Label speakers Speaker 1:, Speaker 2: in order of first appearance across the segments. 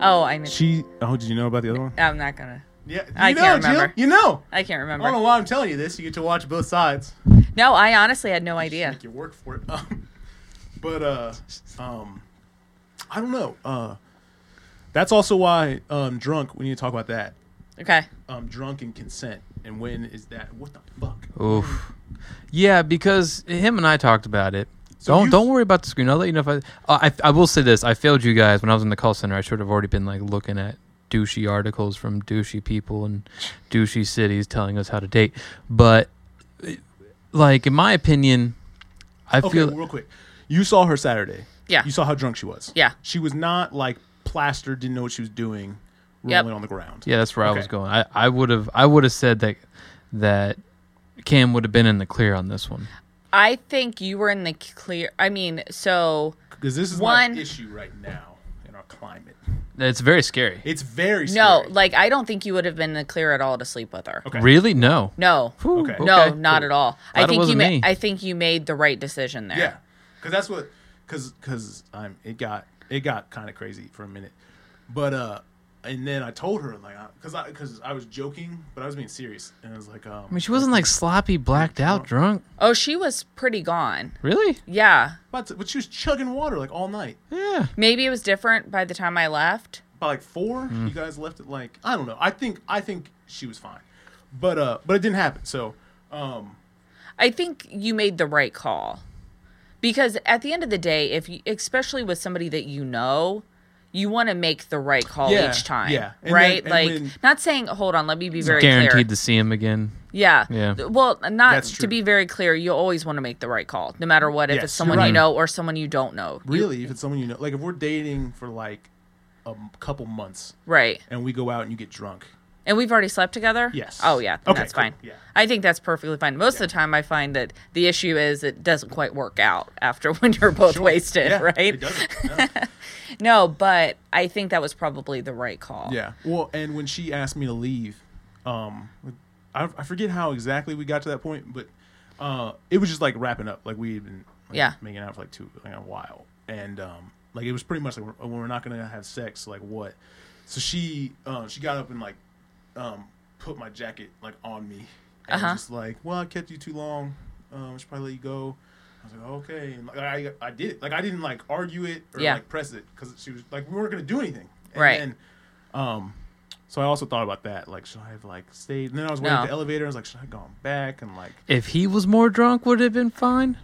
Speaker 1: Oh, I missed.
Speaker 2: She. Oh, did you know about the other one?
Speaker 1: I'm not gonna.
Speaker 3: Yeah, you
Speaker 1: I
Speaker 3: know,
Speaker 1: can't
Speaker 3: Jill.
Speaker 1: remember.
Speaker 3: You Oh. know.
Speaker 1: I can't
Speaker 3: I don't know
Speaker 1: remember.
Speaker 3: why I'm telling you this. You get to watch both sides.
Speaker 1: No, I honestly had no idea.
Speaker 3: Make you work for it. Um, but uh, um, I don't know. Uh, that's also why um, drunk. We need to talk about that.
Speaker 1: Okay.
Speaker 3: Um, drunk and consent, and when is that? What the fuck?
Speaker 4: Oof. Yeah, because him and I talked about it.
Speaker 3: So
Speaker 4: don't
Speaker 3: you-
Speaker 4: don't worry about the screen. I'll let you know if I, uh, I I will say this. I failed you guys when I was in the call center. I should have already been like looking at douchey articles from douchey people and douchey cities telling us how to date. But uh, like in my opinion, I
Speaker 3: Okay,
Speaker 4: feel
Speaker 3: real quick. You saw her Saturday.
Speaker 1: Yeah.
Speaker 3: You saw how drunk she was.
Speaker 1: Yeah.
Speaker 3: She was not like plastered, didn't know what she was doing,
Speaker 1: Yep.
Speaker 3: rolling on the ground.
Speaker 4: yeah, that's where I
Speaker 3: Okay.
Speaker 4: was going. I I would have I would have said that that Cam would have been in the clear on this one.
Speaker 1: I think you were in the clear. I mean, so
Speaker 3: Because this is
Speaker 1: One-
Speaker 3: my issue right now in our climate.
Speaker 4: It's very scary.
Speaker 3: It's very
Speaker 1: no,
Speaker 3: scary.
Speaker 1: like I don't think you would have been in the clear at all to sleep with her.
Speaker 3: Okay.
Speaker 4: Really? No.
Speaker 1: No.
Speaker 4: Ooh,
Speaker 3: Okay.
Speaker 1: No,
Speaker 4: okay.
Speaker 1: not at all.
Speaker 4: Glad
Speaker 1: I
Speaker 4: it
Speaker 1: think you
Speaker 4: wasn't
Speaker 1: ma-
Speaker 4: me.
Speaker 1: I think you made the right decision there.
Speaker 3: Yeah, because that's what because because I'm it got it got kind of crazy for a minute, but uh, and then I told her like because I because I was joking, but I was being serious, and I was like, um,
Speaker 4: I mean, she wasn't like sloppy, blacked out, drunk.
Speaker 1: Oh, she was pretty gone.
Speaker 4: Really?
Speaker 1: Yeah.
Speaker 3: but, but she was chugging water like all night.
Speaker 4: Yeah.
Speaker 1: Maybe it was different by the time I left.
Speaker 3: by like four.
Speaker 4: Mm-hmm.
Speaker 3: You guys left at like I don't know. I think I think she was fine, but uh, but it didn't happen. So um,
Speaker 1: I think you made the right call. Because at the end of the day, if you, especially with somebody that you know, you want to make the right call
Speaker 3: Yeah,
Speaker 1: each time.
Speaker 3: yeah. And then-
Speaker 1: right?
Speaker 3: and
Speaker 1: like
Speaker 3: when-
Speaker 1: not saying hold on, let me be very
Speaker 4: guaranteed
Speaker 1: clear.
Speaker 4: to see him again.
Speaker 1: yeah.
Speaker 4: Yeah.
Speaker 1: Th- Well, not
Speaker 3: That's
Speaker 1: to
Speaker 3: true.
Speaker 1: be very clear, you always want to make the right call, no matter what, if
Speaker 3: Yes,
Speaker 1: it's
Speaker 3: you're
Speaker 1: someone you
Speaker 3: right.
Speaker 1: know or someone you don't know. You-
Speaker 3: really, if it's someone you know, like if we're dating for like a m- couple months
Speaker 1: right.
Speaker 3: and we go out and you get drunk,
Speaker 1: And we've already slept together?
Speaker 3: Yes.
Speaker 1: Oh, yeah. Then
Speaker 3: Okay,
Speaker 1: that's
Speaker 3: cool.
Speaker 1: fine.
Speaker 3: Yeah.
Speaker 1: I think that's perfectly fine. Most of the time, I find that the issue is it doesn't quite work out after when you're both
Speaker 3: Sure.
Speaker 1: wasted,
Speaker 3: Yeah, It
Speaker 1: right?
Speaker 3: doesn't. Yeah.
Speaker 1: No, but I think that was probably the right call.
Speaker 3: yeah. Well, and when she asked me to leave, um, I, I forget how exactly we got to that point, but uh, it was just like wrapping up. Like we had been like,
Speaker 1: Yeah.
Speaker 3: making out for like two like a while, and um, like it was pretty much like we're, we're not gonna have sex. Like what? So she um, she got up and like um, put my jacket like on me, and was
Speaker 1: Uh-huh.
Speaker 3: just like, well, I kept you too long. Um, I should probably let you go. I was like, okay, and like, I I did it. Like I didn't like argue it or
Speaker 1: Yeah.
Speaker 3: like press it because she was like we weren't gonna do anything. And
Speaker 1: Right.
Speaker 3: Then, um, so I also thought about that. Like, should I have like stayed? And then I was waiting
Speaker 1: No.
Speaker 3: at the elevator. I was like, should I have gone back? And like,
Speaker 4: If he was more drunk, would it have been fine?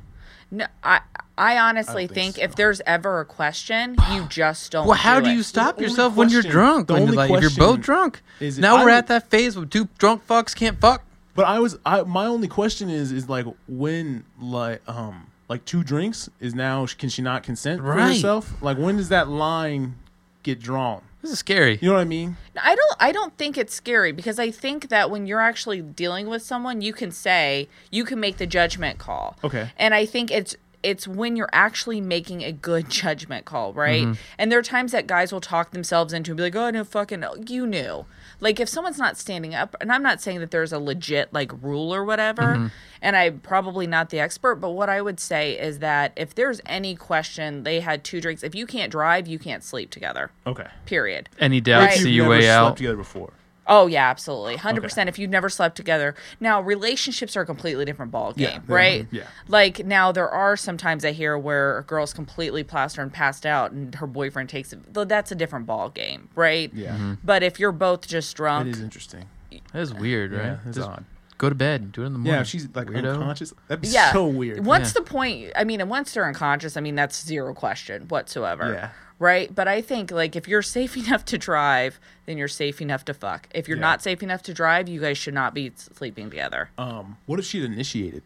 Speaker 1: No, I, I honestly
Speaker 3: I don't
Speaker 1: think,
Speaker 3: think
Speaker 1: if there's ever a question, you just don't.
Speaker 4: Well, how do
Speaker 1: it.
Speaker 4: you stop
Speaker 3: The only
Speaker 4: yourself when you're
Speaker 3: question-
Speaker 4: drunk?
Speaker 3: the
Speaker 4: When you're,
Speaker 3: only
Speaker 4: like, if you're both
Speaker 3: question
Speaker 4: drunk.
Speaker 3: is if
Speaker 4: now
Speaker 3: I
Speaker 4: we're
Speaker 3: would-
Speaker 4: at that phase where two drunk fucks can't fuck.
Speaker 3: but I was, I my only question is, is like when like um like two drinks is now can she not consent for
Speaker 4: Right.
Speaker 3: herself? Like when does that line get drawn?
Speaker 4: This is scary.
Speaker 3: You know what I mean?
Speaker 1: I don't I don't think it's scary because I think that when you're actually dealing with someone, you can say you can make the judgment call.
Speaker 3: Okay.
Speaker 1: And I think it's it's when you're actually making a good judgment call, right? And there are times that guys will talk themselves into and be like, "Oh no, fucking, you knew." Like if someone's not standing up, and I'm not saying that there's a legit like rule or whatever, and I'm probably not the expert, but what I would say is that if there's any question, they had two drinks. If you can't drive, you can't sleep together.
Speaker 3: Okay.
Speaker 1: Period.
Speaker 4: Any doubt,
Speaker 1: Right.
Speaker 4: see
Speaker 3: You've
Speaker 4: you
Speaker 3: never
Speaker 4: way
Speaker 3: slept
Speaker 4: out.
Speaker 3: together before.
Speaker 1: Oh yeah, absolutely, hundred percent. If you've never slept together, now relationships are a completely different ball game,
Speaker 3: Yeah, they're-
Speaker 1: right?
Speaker 3: yeah.
Speaker 1: Like now, there are sometimes I hear where a girl's completely plastered and passed out, and her boyfriend takes it. Though that's a different ball game, right?
Speaker 3: Yeah.
Speaker 4: Mm-hmm.
Speaker 1: But if you're both just
Speaker 3: That
Speaker 1: drunk,
Speaker 3: is interesting.
Speaker 4: That's weird, right?
Speaker 3: Yeah, it's
Speaker 4: Just
Speaker 3: odd.
Speaker 4: Go to bed. Do it in the morning.
Speaker 3: Yeah, if she's like
Speaker 4: Weirdo.
Speaker 3: unconscious. That'd be
Speaker 1: yeah,
Speaker 3: so weird.
Speaker 1: Once
Speaker 4: Yeah.
Speaker 1: the point, I mean, and once they're unconscious, I mean that's zero question whatsoever.
Speaker 3: Yeah.
Speaker 1: Right, but I think like if you're safe enough to drive, then you're safe enough to fuck. If you're
Speaker 3: Yeah.
Speaker 1: not safe enough to drive, you guys should not be sleeping together.
Speaker 3: Um, what if she had initiated?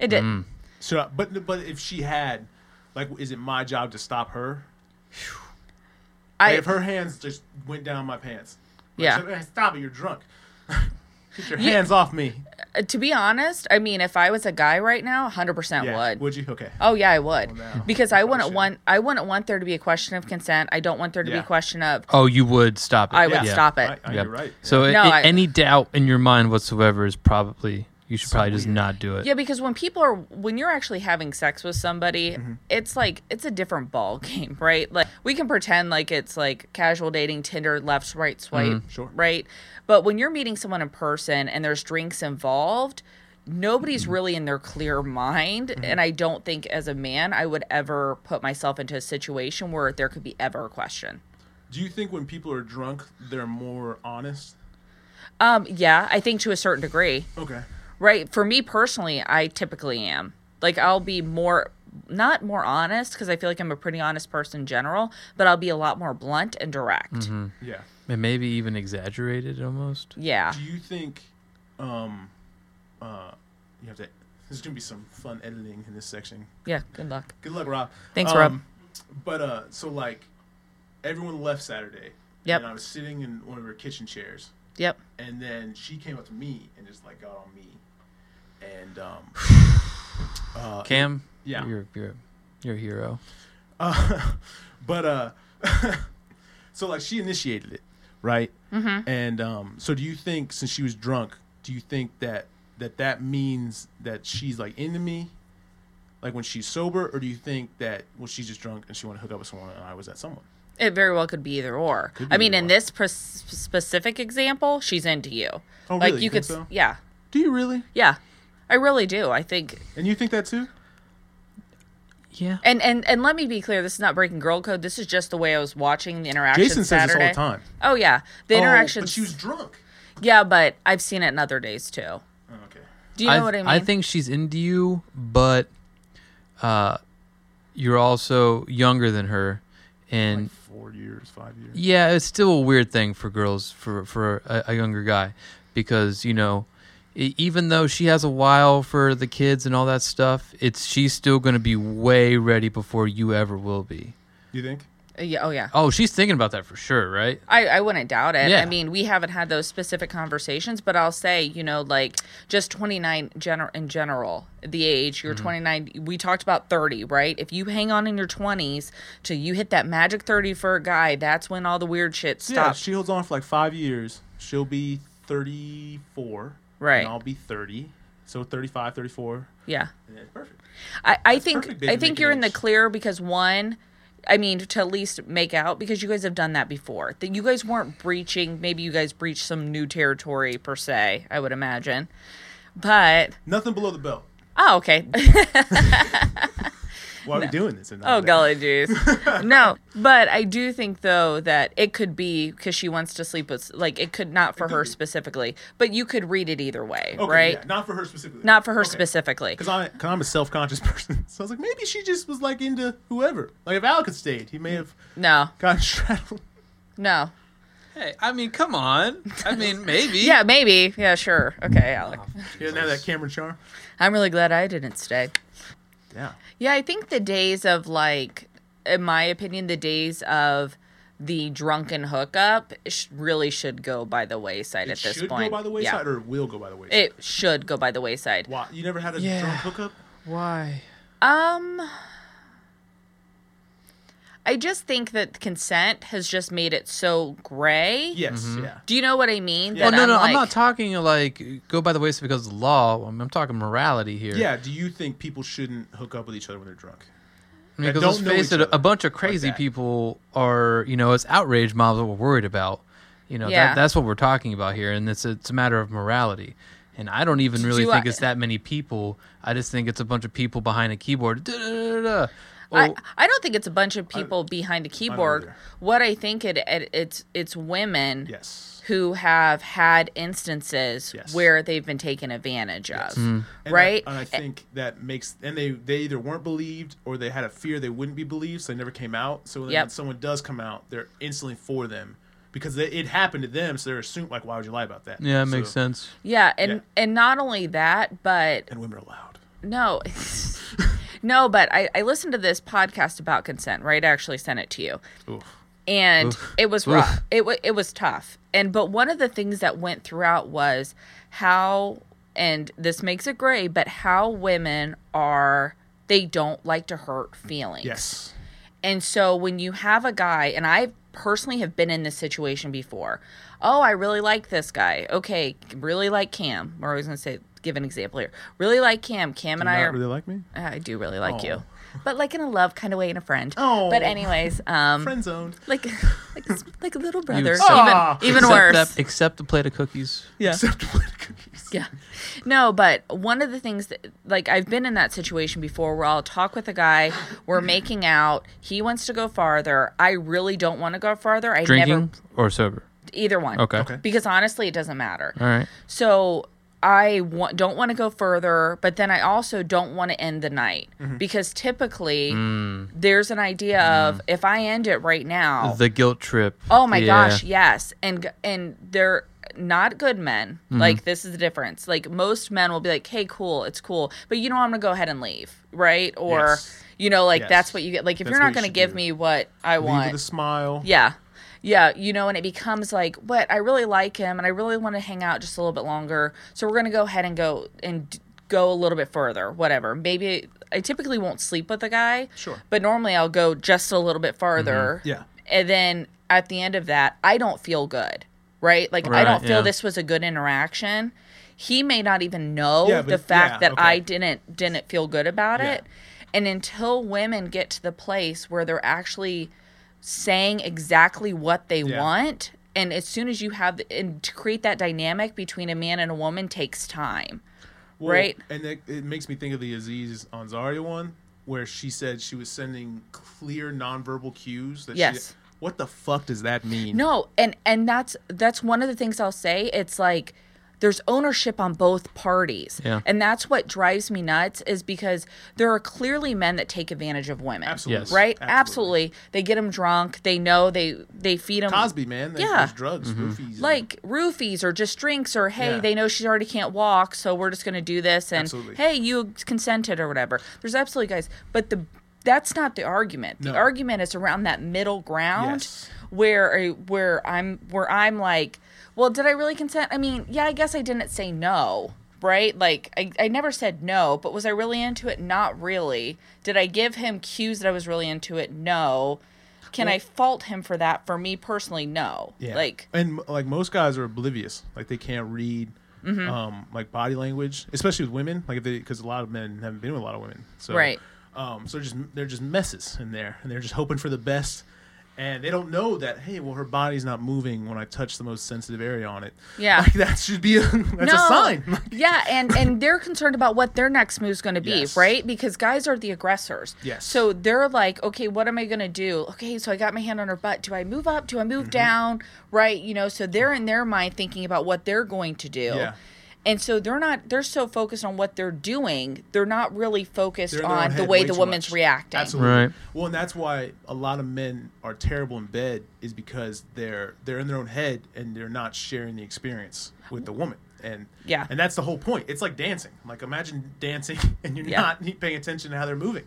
Speaker 1: It did.
Speaker 3: Mm. So, but but if she had, like, is it my job to stop her?
Speaker 1: I,
Speaker 3: Like, if her hands just went down my pants. Like,
Speaker 1: Yeah.
Speaker 3: so- hey, stop it! You're drunk. Get your hands off me.
Speaker 1: Uh, to be honest, I mean, if I was a guy right now, hundred percent
Speaker 3: Yeah.
Speaker 1: would.
Speaker 3: Would you? Okay.
Speaker 1: Oh yeah, I would,
Speaker 3: Well, now,
Speaker 1: because I
Speaker 3: probably
Speaker 1: wouldn't
Speaker 3: shouldn't.
Speaker 1: want I wouldn't want there to be a question of consent. I don't want there to be
Speaker 3: Yeah.
Speaker 1: a question of
Speaker 4: Oh, you would stop it.
Speaker 1: I would
Speaker 4: Yeah.
Speaker 1: stop it.
Speaker 3: I, I,
Speaker 4: Yeah.
Speaker 3: You're right.
Speaker 4: So
Speaker 1: No,
Speaker 4: i- i-
Speaker 1: I-
Speaker 4: any doubt in your mind whatsoever is probably You should probably just not do it.
Speaker 1: Yeah, because when people are when you're actually having sex with somebody, it's like it's a different ball game, right? Like we can pretend like it's like casual dating, Tinder, left, right, swipe,
Speaker 3: Sure.
Speaker 1: right? But when you're meeting someone in person and there's drinks involved, nobody's really in their clear mind, and I don't think as a man I would ever put myself into a situation where there could be ever a question.
Speaker 3: Do you think when people are drunk, they're more honest?
Speaker 1: Um, yeah, I think to a certain degree.
Speaker 3: Okay.
Speaker 1: Right. For me personally, I typically am. Like, I'll be more, not more honest, because I feel like I'm a pretty honest person in general, but I'll be a lot more blunt and direct.
Speaker 3: Yeah.
Speaker 4: And maybe even exaggerated almost.
Speaker 1: Yeah.
Speaker 3: Do you think, um, uh, you have to? There's gonna be some fun editing in this section.
Speaker 1: Yeah. Good luck.
Speaker 3: Good luck, Rob. Um,
Speaker 1: Thanks, Rob.
Speaker 3: But uh, so like, everyone left Saturday.
Speaker 1: Yep.
Speaker 3: And I was sitting in one of her kitchen chairs,
Speaker 1: Yep.
Speaker 3: and then she came up to me and just like got on me, and um, uh,
Speaker 4: Cam,
Speaker 3: yeah.
Speaker 4: you're you're you're a hero.
Speaker 3: Uh, but uh, so like she initiated it, right? Mm-hmm. And um, so do you think since she was drunk, do you think that that that means that she's like into me, like when she's sober, or do you think that well she's just drunk and she want to hook up with someone and I was that someone?
Speaker 1: It very well could be either or.
Speaker 3: Could be
Speaker 1: I mean,
Speaker 3: either
Speaker 1: in
Speaker 3: or.
Speaker 1: this pres- specific example, she's into you.
Speaker 3: Oh,
Speaker 1: like,
Speaker 3: really?
Speaker 1: you
Speaker 3: You
Speaker 1: could,
Speaker 3: think so?
Speaker 1: yeah.
Speaker 3: Do you really?
Speaker 1: Yeah. I really do. I think
Speaker 3: And you think that too?
Speaker 4: Yeah.
Speaker 1: and and and let me be clear, this is not breaking girl code. This is just the way I was watching the interaction
Speaker 3: Jason says this all
Speaker 1: Saturday.
Speaker 3: the time.
Speaker 1: Oh yeah. The interaction
Speaker 3: Oh, but she was drunk.
Speaker 1: Yeah, but I've seen it in other days too.
Speaker 3: Oh, okay.
Speaker 1: Do you know
Speaker 4: I,
Speaker 1: what I mean?
Speaker 4: I think she's into you, but uh, you're also younger than her, and
Speaker 3: Like four years, five years.
Speaker 4: Yeah, it's still a weird thing for girls for for a, a younger guy because you know e- even though she has a while for the kids and all that stuff, it's she's still going to be way ready before you ever will be.
Speaker 3: You think?
Speaker 1: Uh, yeah, oh yeah.
Speaker 4: Oh, she's thinking about that for sure, right?
Speaker 1: I, I wouldn't doubt it.
Speaker 4: Yeah.
Speaker 1: I mean, we haven't had those specific conversations, but I'll say, you know, like just 29 gener- in general, the age,
Speaker 3: Mm-hmm.
Speaker 1: you're 29. We talked about 30, right? If you hang on in your 20s till you hit that magic 30 for a guy, that's when all the weird shit
Speaker 3: Yeah,
Speaker 1: stops.
Speaker 3: she holds on for like five years. She'll be 34.
Speaker 1: Right.
Speaker 3: And I'll be 30. So 35, 34.
Speaker 1: Yeah.
Speaker 3: And then it's perfect.
Speaker 1: I, I think
Speaker 3: perfect, baby,
Speaker 1: I think
Speaker 3: make
Speaker 1: you're
Speaker 3: it
Speaker 1: in the
Speaker 3: age.
Speaker 1: clear because one, I mean, to at least make out because you guys have done that before. That you guys weren't breaching. Maybe you guys breached some new territory per se. I would imagine, but
Speaker 3: Nothing below the belt.
Speaker 1: oh okay.
Speaker 3: Why are we doing this? And
Speaker 1: oh golly jeez. no, but I do think though that it could be because she wants to sleep with like it could not for her specifically, but you could read it either way,
Speaker 3: Okay,
Speaker 1: right?
Speaker 3: yeah, not for her specifically.
Speaker 1: Not for her specifically.
Speaker 3: Because I, cause I'm a self conscious person. So I was like, maybe she just was like into whoever. Like if Al could stayed,
Speaker 1: Mm.
Speaker 3: he may have
Speaker 1: No,
Speaker 3: gotten straddled.
Speaker 1: no.
Speaker 4: Hey, I mean, come on. I mean, maybe.
Speaker 1: Yeah, maybe. Yeah, sure. Okay, Alec.
Speaker 3: He doesn't have that Cameron charm.
Speaker 1: I'm really glad I didn't stay.
Speaker 3: Yeah.
Speaker 1: Yeah, I think the days of like, in my opinion, the days of the drunken hookup sh- really should go by the wayside at
Speaker 3: It
Speaker 1: this
Speaker 3: should
Speaker 1: point.
Speaker 3: go by the
Speaker 1: Yeah.
Speaker 3: wayside or it will go by the wayside.
Speaker 1: it should go by the wayside.
Speaker 3: Why? You never had a
Speaker 4: Yeah.
Speaker 3: drunk hookup?
Speaker 4: Why?
Speaker 1: Um, I just think that consent has just made it so gray.
Speaker 3: Yes. Yeah.
Speaker 1: Do you know what I mean?
Speaker 3: Yeah.
Speaker 4: Well,
Speaker 1: That
Speaker 4: Oh, no, no,
Speaker 1: like-
Speaker 4: I'm not talking like go by the wayside because of the law. I'm, I'm talking morality here.
Speaker 3: Yeah. Do you think people shouldn't hook up with each other when they're drunk?
Speaker 4: I mean,
Speaker 3: that
Speaker 4: because let's
Speaker 3: don't know
Speaker 4: face
Speaker 3: each
Speaker 4: it, a
Speaker 3: other
Speaker 4: bunch of crazy
Speaker 3: that.
Speaker 4: people are, you know, it's outrage mobs that we're worried about. You know,
Speaker 1: Yeah.
Speaker 4: that, that's what we're talking about here, and it's it's a matter of morality. And I don't even really
Speaker 1: do
Speaker 4: think
Speaker 1: I-
Speaker 4: it's that many people. I just think it's a bunch of people behind a keyboard. Da, da, da, da.
Speaker 1: I,
Speaker 4: Oh,
Speaker 1: I don't think it's a bunch of people behind a keyboard.
Speaker 3: either.
Speaker 1: What I think it, it it's it's women.
Speaker 3: Yes.
Speaker 1: who have had instances
Speaker 3: Yes.
Speaker 1: where they've been taken advantage of,
Speaker 4: Mm-hmm.
Speaker 3: And
Speaker 1: right?
Speaker 3: I, and I think that makes and they they either weren't believed or they had a fear they wouldn't be believed, so they never came out. So then
Speaker 1: Yep.
Speaker 3: when someone does come out, they're instantly for them because they, it happened to them, so they're assumed like, why would you lie about that?
Speaker 4: yeah, it
Speaker 3: So-
Speaker 4: makes sense.
Speaker 1: yeah, and
Speaker 3: Yeah.
Speaker 1: and not only that, but
Speaker 3: And women are loud.
Speaker 1: no, no, but I I listened to this podcast about consent, right? I actually sent it to you,
Speaker 3: Oof.
Speaker 1: and it was
Speaker 4: Oof.
Speaker 1: rough. It wa it was tough, and but one of the things that went throughout was how, and this makes it gray, but how women are they don't like to hurt feelings.
Speaker 3: Yes.
Speaker 1: And so when you have a guy, and I personally have been in this situation before. Oh, I really like this guy. Okay, really like Cam. We're always gonna say give an example here. Really like Cam. Cam and
Speaker 3: not
Speaker 1: I are.
Speaker 3: really Oh. like me.
Speaker 1: I do really like
Speaker 3: Aw.
Speaker 1: you, but like in a love kind of way, in a friend.
Speaker 3: Aw.
Speaker 1: But anyways, um,
Speaker 3: Friend zoned.
Speaker 1: like like s- like a little brother.
Speaker 4: accept-
Speaker 3: Aw.
Speaker 1: even even
Speaker 4: Except
Speaker 1: worse.
Speaker 4: that- except the plate of cookies.
Speaker 1: yeah.
Speaker 3: Except for the cookies.
Speaker 1: Yeah. No, but one of the things that, like, I've been in that situation before where I'll talk with a guy,
Speaker 4: Mm-hmm.
Speaker 1: we're making out, he wants to go farther. I really don't want to go farther. I
Speaker 4: Drinking
Speaker 1: never,
Speaker 4: or sober.
Speaker 1: either one.
Speaker 4: Okay.
Speaker 3: Okay.
Speaker 1: Because honestly, it doesn't matter.
Speaker 4: All right.
Speaker 1: So I wa- don't want to go further, but then I also don't want to end the night because typically
Speaker 4: Mm.
Speaker 1: there's an idea of if I end it right now,
Speaker 4: The guilt trip.
Speaker 1: Oh my
Speaker 4: Yeah.
Speaker 1: gosh, yes. And g- and they're not good men.
Speaker 3: Mm-hmm.
Speaker 1: Like this is the difference. Like most men will be like, "Hey, cool, it's cool, but you know I'm going to go ahead and leave." Right? Or
Speaker 3: Yes.
Speaker 1: you know like
Speaker 3: Yes.
Speaker 1: that's what you get. Like if
Speaker 3: That's
Speaker 1: you're
Speaker 3: what
Speaker 1: not
Speaker 3: you
Speaker 1: going to
Speaker 3: should
Speaker 1: give
Speaker 3: do.
Speaker 1: me what I
Speaker 3: Leave with
Speaker 1: want.
Speaker 3: a smile.
Speaker 1: yeah. Yeah, you know, and it becomes like, "What? I really like him and I really want to hang out just a little bit longer. So we're going to go ahead and go and d- go a little bit further, whatever." Maybe I typically won't sleep with a guy.
Speaker 3: Sure. Mm-hmm.
Speaker 1: But normally I'll go just a little bit farther
Speaker 3: Yeah.
Speaker 1: and then at the end of that i don't feel good right like i
Speaker 4: Right,
Speaker 1: don't feel
Speaker 4: yeah.
Speaker 1: this was a good interaction he may not even know
Speaker 3: Yeah, but-
Speaker 1: the fact
Speaker 3: yeah,
Speaker 1: that
Speaker 3: okay.
Speaker 1: i didn't didn't feel good about
Speaker 3: Yeah.
Speaker 1: it and until women get to the place where they're actually saying exactly what they
Speaker 3: Yeah.
Speaker 1: want and as soon as you have and to create that dynamic between a man and a woman takes time
Speaker 3: Well,
Speaker 1: Right.
Speaker 3: And it, it makes me think of the Aziz Ansari one where she said she was sending clear nonverbal cues. That
Speaker 1: Yes.
Speaker 3: She, what the fuck does that mean?
Speaker 1: No, and and that's that's one of the things I'll say. It's like there's ownership on both parties.
Speaker 4: Yeah.
Speaker 1: And that's what drives me nuts is because there are clearly men that take advantage of women.
Speaker 3: Absolutely.
Speaker 4: Yes.
Speaker 1: Right? Absolutely. They get them drunk. They know they they feed them
Speaker 3: Cosby, man. They,
Speaker 1: Yeah.
Speaker 3: There's drugs, roofies. and-
Speaker 1: like roofies or just drinks or hey,
Speaker 3: Yeah.
Speaker 1: they know she already can't walk, so we're just going to do this and
Speaker 3: Absolutely.
Speaker 1: hey, you consented or whatever. There's absolutely guys, but the that's not the argument. The
Speaker 3: No.
Speaker 1: argument is around that middle ground
Speaker 3: Yes.
Speaker 1: where I- where I'm where I'm like, well, did I really consent? I mean, yeah, I guess I didn't say no. Right? Like, I, I never said no, but was I really into it? Not really. Did I give him cues that I was really into it? No. Can I fault him for that? For me personally, no.
Speaker 3: Yeah.
Speaker 1: Like,
Speaker 3: and like most guys are oblivious. Like they can't read
Speaker 1: Mm-hmm.
Speaker 3: um like body language, especially with women. Like if they because a lot of men haven't been with a lot of women. So
Speaker 1: Right.
Speaker 3: Um, so just they're just messes in there, and they're just hoping for the best, and they don't know that hey, well her body's not moving when I touch the most sensitive area on it.
Speaker 1: Yeah.
Speaker 3: like that should be a that's a sign.
Speaker 1: yeah, and and they're concerned about what their next move's going to be,
Speaker 3: Yes.
Speaker 1: right? Because guys are the aggressors.
Speaker 3: Yes.
Speaker 1: So they're like, okay, what am I going to do? Okay, so I got my hand on her butt. Do I move up? Do I move
Speaker 3: Mm-hmm.
Speaker 1: down? Right? You know, so they're in their mind thinking about what they're going to do.
Speaker 3: Yeah.
Speaker 1: And so they're not they're so focused on what they're doing, they're not really focused
Speaker 3: They're in their own
Speaker 1: on the
Speaker 3: head
Speaker 1: way
Speaker 3: way
Speaker 1: the
Speaker 3: too
Speaker 1: woman's
Speaker 3: much.
Speaker 1: reacting.
Speaker 3: Absolutely.
Speaker 4: Right.
Speaker 3: Well, and that's why a lot of men are terrible in bed is because they're they're in their own head and they're not sharing the experience with the woman. And
Speaker 1: Yeah.
Speaker 3: and that's the whole point. It's like dancing. Like imagine dancing and you're
Speaker 1: Yeah.
Speaker 3: not paying attention to how they're moving.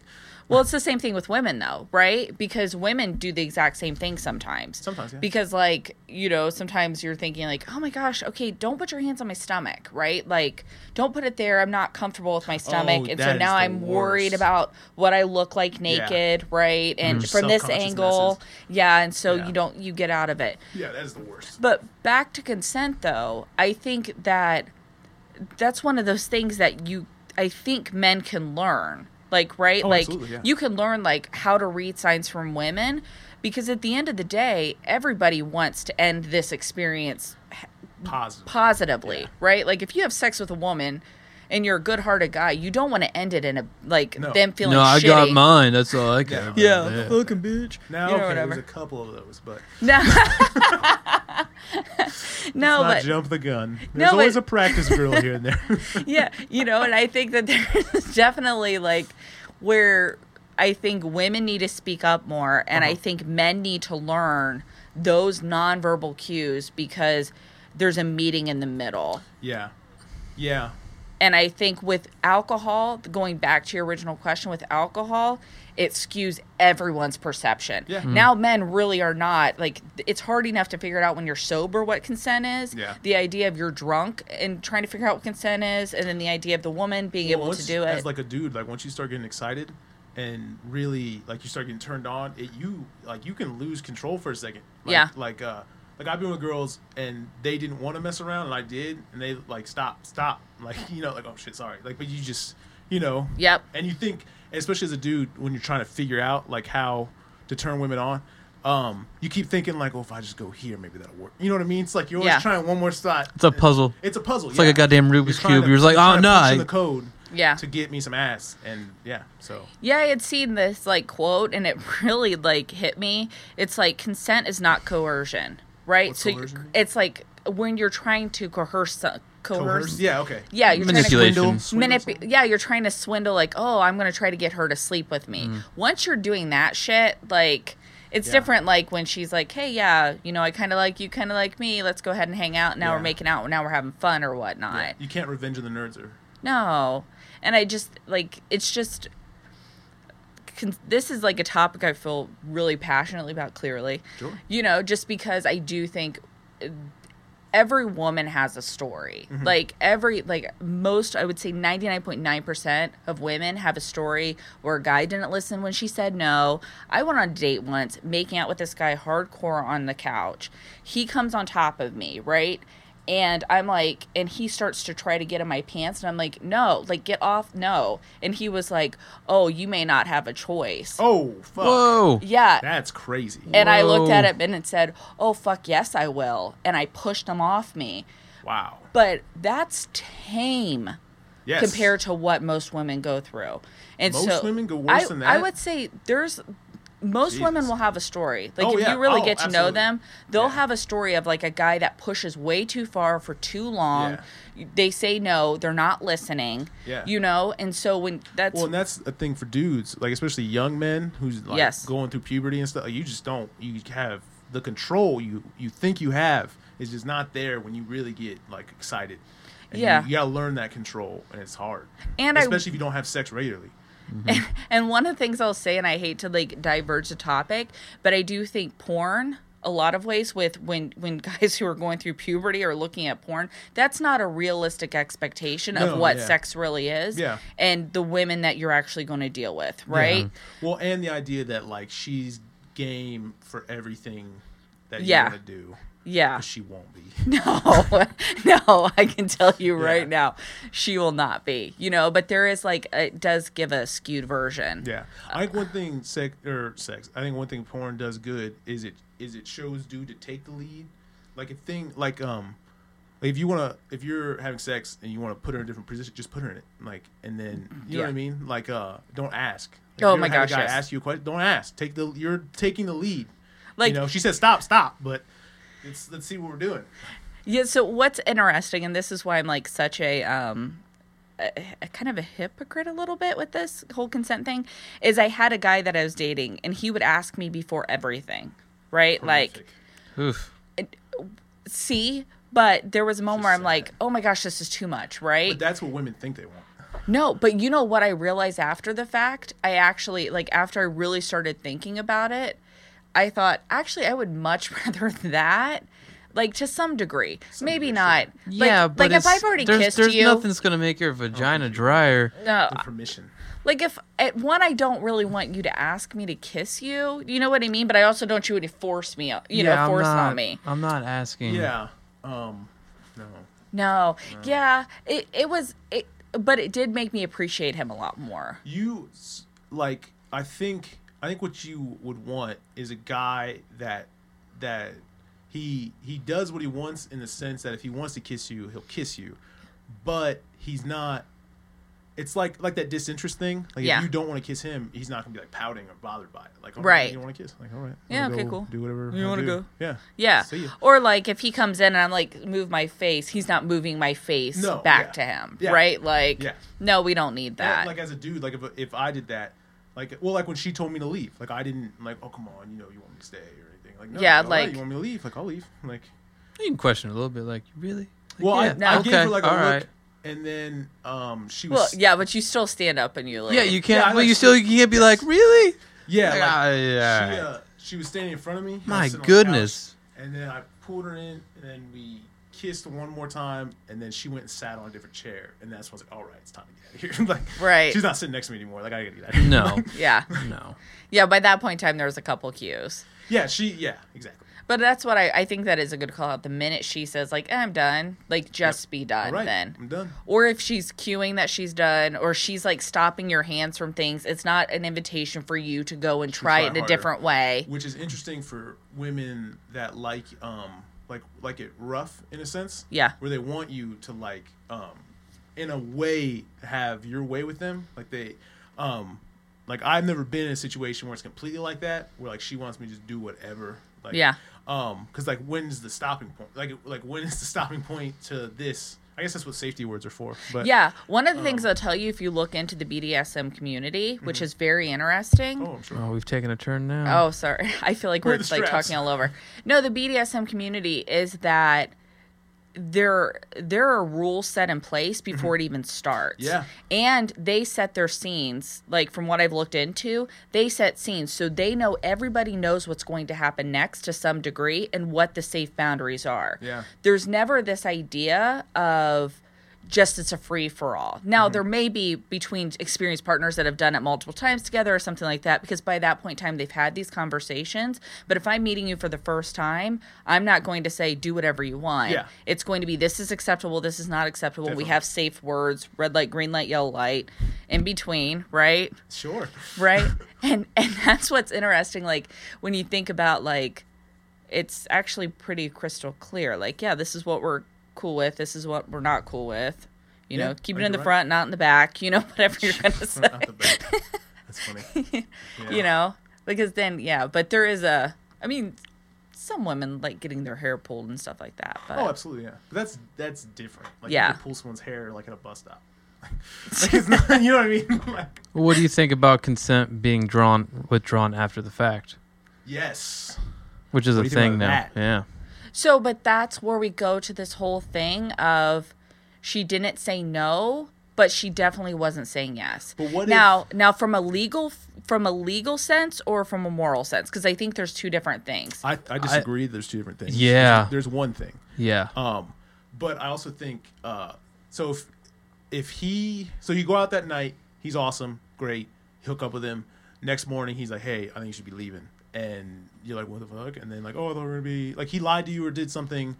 Speaker 1: Well, it's the same thing with women, though, right? Because women do the exact same thing sometimes.
Speaker 3: Sometimes, yeah.
Speaker 1: Because, like, you know, sometimes you're thinking, like, oh my gosh, okay, don't put your hands on my stomach, right? Like, don't put it there. I'm not comfortable with my stomach. and
Speaker 3: Oh, that
Speaker 1: so
Speaker 3: is
Speaker 1: now
Speaker 3: the
Speaker 1: I'm worried
Speaker 3: worst.
Speaker 1: about what I look like
Speaker 3: Yeah.
Speaker 1: naked, right? And from this
Speaker 3: Subconscious
Speaker 1: angle.
Speaker 3: messes.
Speaker 1: Yeah. And so
Speaker 3: Yeah.
Speaker 1: you don't, you get out of it.
Speaker 3: Yeah, that is the worst.
Speaker 1: But back to consent, though, I think that that's one of those things that you, I think men can learn. Like, right?
Speaker 3: Oh,
Speaker 1: like,
Speaker 3: absolutely, yeah.
Speaker 1: you can learn, like, how to read signs from women because at the end of the day, everybody wants to end this experience
Speaker 3: Positive.
Speaker 1: positively,
Speaker 3: Yeah.
Speaker 1: right? Like, if you have sex with a woman and you're a good hearted guy, you don't want to end it in a, like,
Speaker 3: No.
Speaker 1: them feeling
Speaker 4: no, I
Speaker 1: shitty.
Speaker 4: got mine. That's all I care
Speaker 3: Yeah.
Speaker 4: about.
Speaker 1: Yeah,
Speaker 4: Yeah.
Speaker 1: fucking bitch.
Speaker 3: now
Speaker 1: you know,
Speaker 3: okay,
Speaker 1: whatever.
Speaker 3: there's a couple of those, but
Speaker 1: No, no,
Speaker 3: not
Speaker 1: but
Speaker 3: jump the gun.
Speaker 1: No,
Speaker 3: There's always
Speaker 1: but-
Speaker 3: a practice girl here and there.
Speaker 1: yeah, you know, and I think that there's definitely like where I think women need to speak up more, and I think men need to learn those nonverbal cues because there's a meeting in the middle.
Speaker 3: yeah. Yeah.
Speaker 1: And I think with alcohol, going back to your original question, with alcohol, it skews everyone's perception.
Speaker 3: Yeah. Mhm.
Speaker 1: Now, men really are not like th- it's hard enough to figure it out when you're sober what consent is.
Speaker 3: Yeah.
Speaker 1: The idea of you're drunk and trying to figure out what consent is, and then the idea of the woman being
Speaker 3: Well,
Speaker 1: able to
Speaker 3: once-
Speaker 1: do it.
Speaker 3: as like a dude like once you start getting excited and really like you start getting turned on it you like you can lose control for a second like,
Speaker 1: Yeah.
Speaker 3: like uh Like I've been with girls and they didn't want to mess around, and I did, and they like stop, stop, like you know, like oh shit, sorry, like but you just, you know,
Speaker 1: Yep.
Speaker 3: and you think, especially as a dude, when you're trying to figure out like how to turn women on, um, you keep thinking like, oh, if I just go here, maybe that'll work. You know what I mean? It's like you're always
Speaker 1: Yeah.
Speaker 3: trying one more spot.
Speaker 4: It's a puzzle.
Speaker 3: It's a puzzle.
Speaker 4: It's like a goddamn Rubik's
Speaker 3: trying
Speaker 4: Cube. You're just like, "Oh,
Speaker 3: trying to
Speaker 4: no,
Speaker 3: punch in
Speaker 4: I-
Speaker 3: the code.
Speaker 1: Yeah.
Speaker 3: To get me some ass, and yeah, so
Speaker 1: Yeah, I had seen this like quote and it really like hit me. It's like consent is not coercion, right?
Speaker 3: What's
Speaker 1: so
Speaker 3: coercion mean?
Speaker 1: it's like when you're trying to coerce so- coerce,
Speaker 3: coerce. Yeah, okay.
Speaker 1: Yeah, you're
Speaker 4: Manipulation.
Speaker 1: trying
Speaker 4: Swindle.
Speaker 1: to manip- yeah, you're trying to swindle like, "Oh, I'm going to try to get her to sleep with me." Once you're doing that shit, like it's
Speaker 3: Mm-hmm. Yeah.
Speaker 1: different like when she's like, "Hey, yeah, you know, I kind of like you, kind of like me. Let's go ahead and hang out. Now
Speaker 3: Yeah.
Speaker 1: we're making out. Now we're having fun or whatnot."
Speaker 3: You can't revenge of the nerds. Or,
Speaker 1: No. And I just like it's just con- this is like a topic I feel really passionately about clearly.
Speaker 3: Sure.
Speaker 1: You know, just because I do think uh, every woman has a story. Like every like most I would say 99.9% of women have a story where a guy didn't listen when she said no. I went on a date once making out with this guy hardcore on the couch. He comes on top of me, right? And I'm like, and he starts to try to get in my pants, and I'm like, no, like get off, no. And he was like, oh, you may not have a choice.
Speaker 3: oh fuck,
Speaker 4: Whoa.
Speaker 1: yeah.
Speaker 3: that's crazy.
Speaker 1: and I looked at
Speaker 4: Whoa.
Speaker 1: him and it said, oh, fuck, yes, I will. And I pushed him off me.
Speaker 3: Wow.
Speaker 1: But that's tame
Speaker 3: Yes.
Speaker 1: compared to what most women go through. And
Speaker 3: Most
Speaker 1: so
Speaker 3: women go worse
Speaker 1: I,
Speaker 3: than
Speaker 1: I
Speaker 3: that?
Speaker 1: would say there's most
Speaker 3: Jesus.
Speaker 1: women will have a story. Like
Speaker 3: Oh,
Speaker 1: if
Speaker 3: yeah.
Speaker 1: you really
Speaker 3: Oh,
Speaker 1: get to know
Speaker 3: absolutely.
Speaker 1: them, they'll
Speaker 3: Yeah.
Speaker 1: have a story of like a guy that pushes way too far for too long. They say no, they're not listening.
Speaker 3: Yeah.
Speaker 1: You know, and so when that's
Speaker 3: Well, and that's a thing for dudes, like especially young men who's like
Speaker 1: Yes.
Speaker 3: going through puberty and stuff. You just don't. You have the control you you think you have is just not there when you really get like excited. And you-
Speaker 1: Yeah.
Speaker 3: You, gotta learn that control, and it's hard.
Speaker 1: And I-
Speaker 3: especially if you don't have sex regularly.
Speaker 1: And one of the things I'll say, and I hate to like diverge the topic, but I do think porn a lot of ways with when when guys who are going through puberty are looking at porn that's not a realistic expectation
Speaker 3: No,
Speaker 1: of what
Speaker 3: yeah.
Speaker 1: sex really is
Speaker 3: Yeah.
Speaker 1: and the women that you're actually going to deal with right
Speaker 3: Well, and the idea that like she's game for everything that
Speaker 1: Yeah.
Speaker 3: you're gonna do.
Speaker 1: yeah,
Speaker 3: 'cause She won't be.
Speaker 1: no no i can tell you
Speaker 3: Yeah.
Speaker 1: right now she will not be you know but there is like it does give a skewed version
Speaker 3: Yeah, I think one thing sex or sex. I think one thing porn does good is it is it shows dude to take the lead. Like a thing like um, if you wanna if you're having sex and you wanna put her in a different position, just put her in it. Like and then you know what I
Speaker 1: Yeah.
Speaker 3: mean. Like uh, don't ask. Like,
Speaker 1: Oh
Speaker 3: if you
Speaker 1: my
Speaker 3: ever have a
Speaker 1: gosh,
Speaker 3: guy
Speaker 1: yes.
Speaker 3: Ask you a question. Don't ask. Take the you're taking the lead.
Speaker 1: Like-
Speaker 3: you know, she said stop, stop, but it's, let's see what we're doing.
Speaker 1: Yeah. So what's interesting, and this is why I'm like such a um, a, a kind of a hypocrite a little bit with this whole consent thing, is I had a guy that I was dating, and he would ask me before everything, right? Like,
Speaker 4: Oof.
Speaker 1: see. But there was a moment where I'm
Speaker 3: sad.
Speaker 1: like, oh my gosh, this is too much, right?
Speaker 3: But that's what women think they want.
Speaker 1: No, but you know what I realized after the fact? I actually like after I really started thinking about it, I thought actually I would much rather that like to some degree. Maybe
Speaker 3: degree,
Speaker 1: not. Like-
Speaker 4: yeah,
Speaker 1: like,
Speaker 4: but
Speaker 1: if
Speaker 4: it's-
Speaker 1: I've already
Speaker 4: there's,
Speaker 1: kissed
Speaker 4: there's
Speaker 1: you,
Speaker 4: nothing that's gonna make your vagina drier.
Speaker 1: no,
Speaker 3: The permission.
Speaker 1: like if at one I don't really want you to ask me to kiss you, you know what I mean. But I also don't you to force me, you know,
Speaker 4: I'm
Speaker 1: force
Speaker 4: not,
Speaker 1: on me.
Speaker 4: I'm not asking.
Speaker 1: Mm-hmm.
Speaker 3: Yeah. Um. No.
Speaker 1: No, yeah, it it was it, but it did make me appreciate him a lot more.
Speaker 3: you s- like i think i think what you would want is a guy that that he he does what he wants in the sense that if he wants to kiss you he'll kiss you but he's not it's like like that disinterest thing like
Speaker 1: Yeah.
Speaker 3: if you don't want to kiss him he's not gonna be like pouting or bothered by it like oh,
Speaker 1: Right.
Speaker 3: you want to kiss like all right I'm
Speaker 1: Yeah,
Speaker 3: gonna
Speaker 1: okay,
Speaker 3: go
Speaker 1: cool.
Speaker 3: do whatever
Speaker 1: You
Speaker 3: I
Speaker 1: wanna
Speaker 3: do.
Speaker 1: go?
Speaker 3: yeah
Speaker 1: Yeah.
Speaker 3: See ya.
Speaker 1: Or like if he comes in and I'm like, move my face, he's not moving my face
Speaker 3: No,
Speaker 1: back
Speaker 3: yeah.
Speaker 1: to him.
Speaker 3: Yeah.
Speaker 1: Right? Like
Speaker 3: Yeah.
Speaker 1: no, we don't need
Speaker 3: Yeah,
Speaker 1: that.
Speaker 3: like as a dude, like if if I did that, like well, like when she told me to leave, like I didn't like oh come on, you know you want me to stay or anything like no,
Speaker 1: Yeah,
Speaker 3: all right,
Speaker 1: like-
Speaker 3: you want me to leave, like I'll leave, like
Speaker 4: You can question it a little bit, like really. Like,
Speaker 3: well I,
Speaker 4: yeah,
Speaker 3: I
Speaker 4: okay,
Speaker 3: gave her like a
Speaker 4: all
Speaker 3: look,
Speaker 4: right.
Speaker 3: and then um she was
Speaker 1: well, yeah, but you still stand up and you like
Speaker 4: Yeah, you can't.
Speaker 3: I
Speaker 4: but
Speaker 3: like-
Speaker 4: you still you can't be like really.
Speaker 3: yeah
Speaker 4: Like,
Speaker 3: like,
Speaker 4: ah, yeah,
Speaker 3: she
Speaker 4: all
Speaker 3: uh, she was standing in front of me, and I
Speaker 4: My
Speaker 3: was sitting on the
Speaker 4: goodness.
Speaker 3: couch, and then I pulled her in, and then we kissed one more time, and then she went and sat on a different chair, and that's when I was like all right, it's time to get out of here, like
Speaker 1: Right.
Speaker 3: she's not sitting next to me anymore, like I gotta get out of here.
Speaker 4: No,
Speaker 1: Yeah.
Speaker 4: no.
Speaker 1: Yeah, by that point in time there was a couple cues.
Speaker 3: yeah, she yeah exactly.
Speaker 1: But that's what I, I think that is a good call out. The minute she says like eh, I'm done, like just be done
Speaker 3: All right,
Speaker 1: then.
Speaker 3: I'm done.
Speaker 1: Or if she's cueing that she's done, or she's like stopping your hands from things, it's not an invitation for you to go and try,
Speaker 3: try
Speaker 1: it in a
Speaker 3: harder.
Speaker 1: different way.
Speaker 3: which is interesting for women that like um like like it rough in a sense
Speaker 1: Yeah.
Speaker 3: where they want you to like um in a way have your way with them like they um like i've never been in a situation where it's completely like that where like she wants me to just do whatever like
Speaker 1: Yeah.
Speaker 3: um because like when's the stopping point like like when is the stopping point to this i guess that's what safety words are for but
Speaker 1: Yeah, one of the
Speaker 3: Um.
Speaker 1: things I'll tell you if you look into the BDSM community, which is very interesting.
Speaker 3: Mm-hmm. oh i'm sure
Speaker 4: Oh, we've taken a turn now.
Speaker 1: Oh, sorry. I feel like
Speaker 3: Where
Speaker 1: we're
Speaker 3: are the
Speaker 1: like
Speaker 3: straps?
Speaker 1: talking all over. No, the BDSM community is that there there are rules set in place before it even starts.
Speaker 3: Mm-hmm. Yeah.
Speaker 1: And they set their scenes. Like from what I've looked into, they set scenes so they know everybody knows what's going to happen next to some degree and what the safe boundaries are.
Speaker 3: Yeah.
Speaker 1: There's never this idea of just it's a free for all. Now
Speaker 3: Mm-hmm.
Speaker 1: there may be between experienced partners that have done it multiple times together or something like that because by that point in time they've had these conversations. But if I'm meeting you for the first time, I'm not going to say do whatever you want.
Speaker 3: Yeah.
Speaker 1: It's going to be this is acceptable, this is not acceptable. We
Speaker 3: Definitely.
Speaker 1: have safe words, red light, green light, yellow light, in between, right?
Speaker 3: sure
Speaker 1: right and and that's what's interesting like when you think about like it's actually pretty crystal clear like yeah this is what we're cool with this is what we're not cool with you
Speaker 3: Yeah,
Speaker 1: know keep it
Speaker 3: like
Speaker 1: in the
Speaker 3: you're right.
Speaker 1: front not in the back you know whatever you're gonna say
Speaker 3: Out the back. that's funny
Speaker 1: you know because then yeah but there is a i mean some women like getting their hair pulled and stuff like that but
Speaker 3: Oh, absolutely, yeah. But that's that's different. Like
Speaker 1: Yeah.
Speaker 3: you could pull someone's hair like at a bus stop. like it's not, you know what I mean? Like,
Speaker 4: What do you think about consent being drawn withdrawn after the fact?
Speaker 3: yes.
Speaker 4: Which is
Speaker 3: do
Speaker 4: a
Speaker 3: you think
Speaker 4: thing now.
Speaker 3: about that?
Speaker 4: Yeah.
Speaker 1: So, but that's where we go to this whole thing of she didn't say no, but she definitely wasn't saying yes.
Speaker 3: But what if-
Speaker 1: now? now, from a legal from a legal sense or from a moral sense, because I think there's two different things.
Speaker 3: I, I disagree. There's two different things.
Speaker 4: Yeah.
Speaker 3: There's, there's one thing.
Speaker 4: Yeah.
Speaker 3: Um, but I also think uh, so if if he so you go out that night, he's awesome, great, hook up with him. Next morning, he's like, hey, I think you should be leaving, and you're like, what the fuck? And then like, oh, I thought we we're gonna be like he lied to you or did something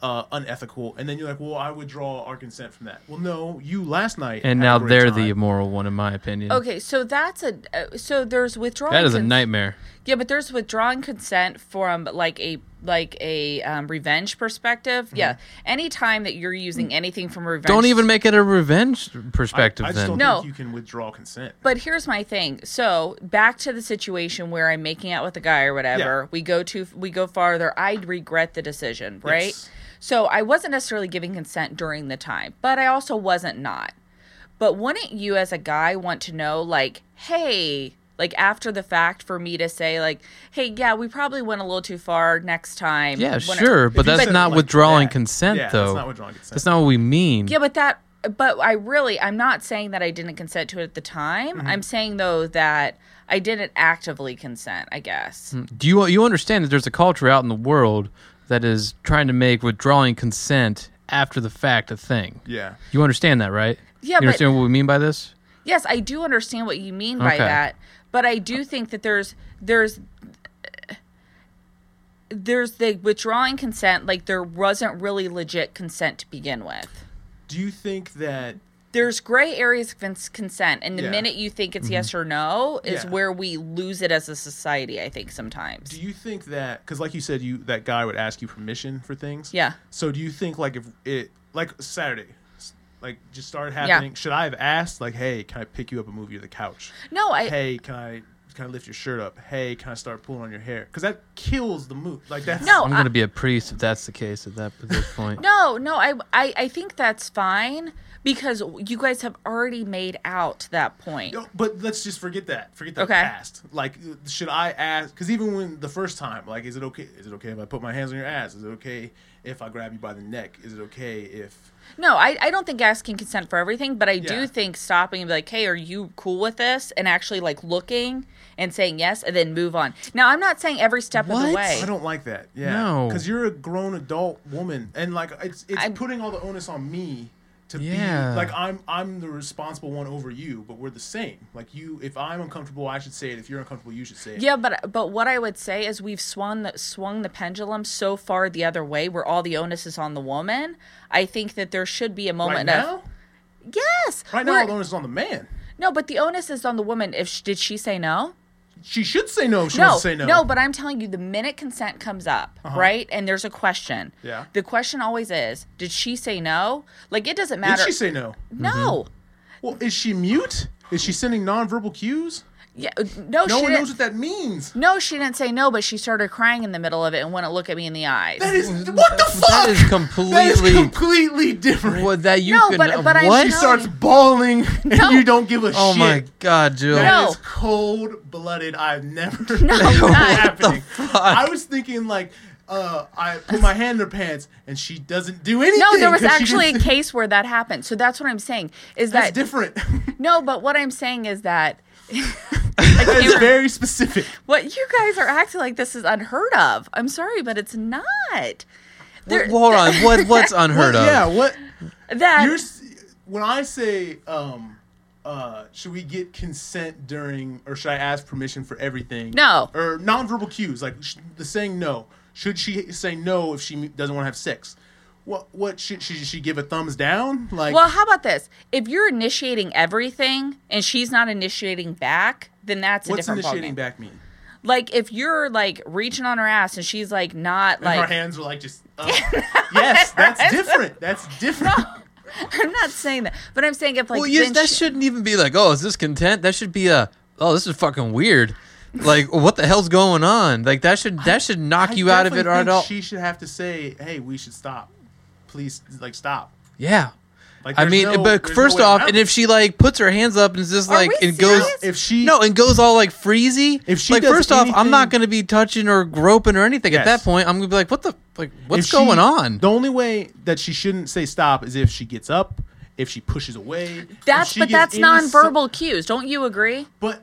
Speaker 3: uh, unethical, and then you're like, well, I withdraw our consent from that. Well, no, you last night,
Speaker 4: and
Speaker 3: had a
Speaker 4: now
Speaker 3: great
Speaker 4: they're the
Speaker 3: time.
Speaker 4: immoral one in my opinion.
Speaker 1: okay, so that's a uh, so there's withdrawing.
Speaker 4: That is a
Speaker 1: cons-
Speaker 4: nightmare.
Speaker 1: Yeah, but there's withdrawing consent from like a like a um, revenge perspective. Yeah, any time that you're using anything from revenge,
Speaker 4: Mm-hmm. Mm. Don't even make it a revenge
Speaker 3: I, I
Speaker 4: perspective
Speaker 3: just
Speaker 4: then.
Speaker 3: don't
Speaker 1: No.
Speaker 3: think you can withdraw consent.
Speaker 1: But here's my thing. So back to the situation where I'm making out with a guy or whatever.
Speaker 3: Yeah.
Speaker 1: We go to we go farther. I regret the decision, right?
Speaker 3: Yes.
Speaker 1: So I wasn't necessarily giving consent during the time, but I also wasn't not. But wouldn't you, as a guy, want to know, like, hey, like after the fact, for me to say, like, hey, yeah, we probably went a little too far next time.
Speaker 4: Yeah,
Speaker 1: When-
Speaker 4: sure, but
Speaker 3: If you
Speaker 4: that's
Speaker 3: said it
Speaker 4: not
Speaker 3: like
Speaker 4: withdrawing
Speaker 3: that-
Speaker 4: consent
Speaker 3: yeah,
Speaker 4: though.
Speaker 3: That's not withdrawing consent.
Speaker 4: That's not what we mean.
Speaker 1: Yeah, but that, but I really, I'm not saying that I didn't consent to it at the time.
Speaker 3: Mm-hmm.
Speaker 1: I'm saying though that I didn't actively consent. I guess.
Speaker 3: Hmm.
Speaker 4: Do you you understand that there's a culture out in the world that is trying to make withdrawing consent after the fact a thing?
Speaker 3: yeah.
Speaker 4: You understand that, right?
Speaker 1: Yeah,
Speaker 4: You
Speaker 1: but-
Speaker 4: understand what we mean by this?
Speaker 1: Yes, I do understand what you mean by
Speaker 4: Okay.
Speaker 1: that, but I do think that there's there's there's the withdrawing consent like there wasn't really legit consent to begin with.
Speaker 3: Do you think that
Speaker 1: There's gray areas of cons- consent, and the
Speaker 3: Yeah. Mm-hmm.
Speaker 1: minute you think it's yes or no is
Speaker 3: Yeah.
Speaker 1: where we lose it as a society. I think sometimes.
Speaker 3: Do you think that because, like you said, you that guy would ask you permission for things?
Speaker 1: Yeah.
Speaker 3: So do you think like if it like Saturday, s- like just started happening? Should I have asked like, hey, can I pick you up and move you to the couch?
Speaker 1: no, I
Speaker 3: Hey, can I can I lift your shirt up? Hey, can I start pulling on your hair? Because that kills the move. Like that's
Speaker 1: no.
Speaker 4: I'm
Speaker 1: I-
Speaker 4: gonna be a priest if that's the case at that at this point.
Speaker 1: No, no, I, I, I think that's fine because you guys have already made out to that point.
Speaker 3: No, but let's just forget that. Forget the
Speaker 1: Okay.
Speaker 3: past. Like, should I ask? Because even when the first time, like, is it okay? Is it okay if I put my hands on your ass? Is it okay if I grab you by the neck? Is it okay if
Speaker 1: No, I, I don't think asking consent for everything, but I
Speaker 3: Yeah.
Speaker 1: do think stopping and be like, hey, are you cool with this? And actually like looking and saying yes and then move on. Now, I'm not saying every step of
Speaker 4: What?
Speaker 1: the way.
Speaker 3: I don't like that. Yeah.
Speaker 4: No.
Speaker 3: Because you're a grown adult woman, and like it's it's
Speaker 1: I'm-
Speaker 3: putting all the onus on me to
Speaker 4: Yeah.
Speaker 3: be like I'm I'm the responsible one over you, but we're the same. Like you, if I'm uncomfortable, I should say it. If you're uncomfortable, you should say it.
Speaker 1: Yeah, but but what I would say is we've swung the, swung the pendulum so far the other way, where all the onus is on the woman. I think that there should be a
Speaker 3: Right
Speaker 1: moment of
Speaker 3: now,
Speaker 1: yes,
Speaker 3: right now,
Speaker 1: we're-
Speaker 3: all the onus is on the man.
Speaker 1: no, but the onus is on the woman. If she, did she say no?
Speaker 3: She should say no. If she
Speaker 1: no,
Speaker 3: wants to say no. Uh-huh.
Speaker 1: but I'm telling you, the minute consent comes up, right, and there's a question.
Speaker 3: Yeah.
Speaker 1: The question always is, did she say no? Like it doesn't
Speaker 3: did
Speaker 1: matter.
Speaker 3: she say Mm-hmm. no?
Speaker 1: no.
Speaker 3: Well, is she mute? Is she sending nonverbal cues?
Speaker 1: Yeah, uh, no.
Speaker 3: No
Speaker 1: she
Speaker 3: one
Speaker 1: didn't,
Speaker 3: knows what that means.
Speaker 1: no, she didn't say no, but she started crying in the middle of it and wouldn't look at me in the eyes.
Speaker 3: That is what the fuck.
Speaker 4: That is
Speaker 3: That is
Speaker 4: completely
Speaker 3: completely different.
Speaker 4: what that you
Speaker 1: No,
Speaker 4: can.
Speaker 1: but- but I
Speaker 4: what?
Speaker 3: She
Speaker 1: know-
Speaker 3: starts bawling, and
Speaker 1: No.
Speaker 3: you don't give a
Speaker 4: oh
Speaker 3: shit.
Speaker 4: my god, Jill.
Speaker 1: No.
Speaker 3: That is cold blooded. I've never
Speaker 1: not.
Speaker 3: happening. I was thinking like uh, I put my hand in her pants and she doesn't do anything.
Speaker 1: No, there was
Speaker 3: 'cause she
Speaker 1: actually a
Speaker 3: didn't-
Speaker 1: case where that happened. So that's what I'm saying is
Speaker 3: that's
Speaker 1: that
Speaker 3: different.
Speaker 1: no, but what I'm saying is that
Speaker 3: That's very specific.
Speaker 1: what you guys are acting like this is unheard of. I'm sorry, but it's not. There,
Speaker 4: Well, hold on. What what's unheard
Speaker 3: What-
Speaker 4: of?
Speaker 3: Yeah, what
Speaker 1: that
Speaker 3: you're s- when I say um uh, should we get consent during, or should I ask permission for everything?
Speaker 1: No.
Speaker 3: Or nonverbal cues, like sh- the saying no. Should she say no if she doesn't want to have sex? What? What should, should she give a thumbs down? Like,
Speaker 1: well, how about this? If you're initiating everything and she's not initiating back, then that's a
Speaker 3: what's
Speaker 1: different
Speaker 3: initiating
Speaker 1: ballgame.
Speaker 3: back mean?
Speaker 1: Like if you're like reaching on her ass and she's like not
Speaker 3: And
Speaker 1: like
Speaker 3: her hands were like just. Uh, yes, that's different. That's different.
Speaker 1: I'm not saying that, but I'm saying if like
Speaker 4: well, yes,
Speaker 1: then
Speaker 4: that
Speaker 1: she-
Speaker 4: shouldn't even be like, oh, is this content? That should be a, oh, this is fucking weird. Like, what the hell's going on? Like that should that should knock
Speaker 3: I
Speaker 4: you out of it
Speaker 3: definitely
Speaker 4: or
Speaker 3: think
Speaker 4: at all.
Speaker 3: She should have to say, "Hey, we should stop. Please, like stop."
Speaker 4: yeah.
Speaker 3: Like,
Speaker 4: I
Speaker 3: there's
Speaker 4: mean,
Speaker 3: no-
Speaker 4: but
Speaker 3: there's no
Speaker 4: first
Speaker 3: way
Speaker 4: off,
Speaker 3: around
Speaker 4: and
Speaker 3: it.
Speaker 4: if she like puts her hands up and is just
Speaker 1: Are
Speaker 4: like
Speaker 1: we
Speaker 4: it goes,
Speaker 1: serious?
Speaker 3: if she
Speaker 4: no, and goes all like freezy.
Speaker 3: If she
Speaker 4: like,
Speaker 3: does
Speaker 4: first off, I'm not
Speaker 3: anything-
Speaker 4: gonna be touching or groping or anything
Speaker 3: Yes.
Speaker 4: at that point. I'm gonna be like, what the like, what's
Speaker 3: if she-
Speaker 4: going on?
Speaker 3: The only way that she shouldn't say stop is if she gets up, if she pushes away. if
Speaker 1: that's
Speaker 3: she
Speaker 1: but
Speaker 3: gives
Speaker 1: that's
Speaker 3: any s-
Speaker 1: nonverbal cues. Don't you agree?
Speaker 3: But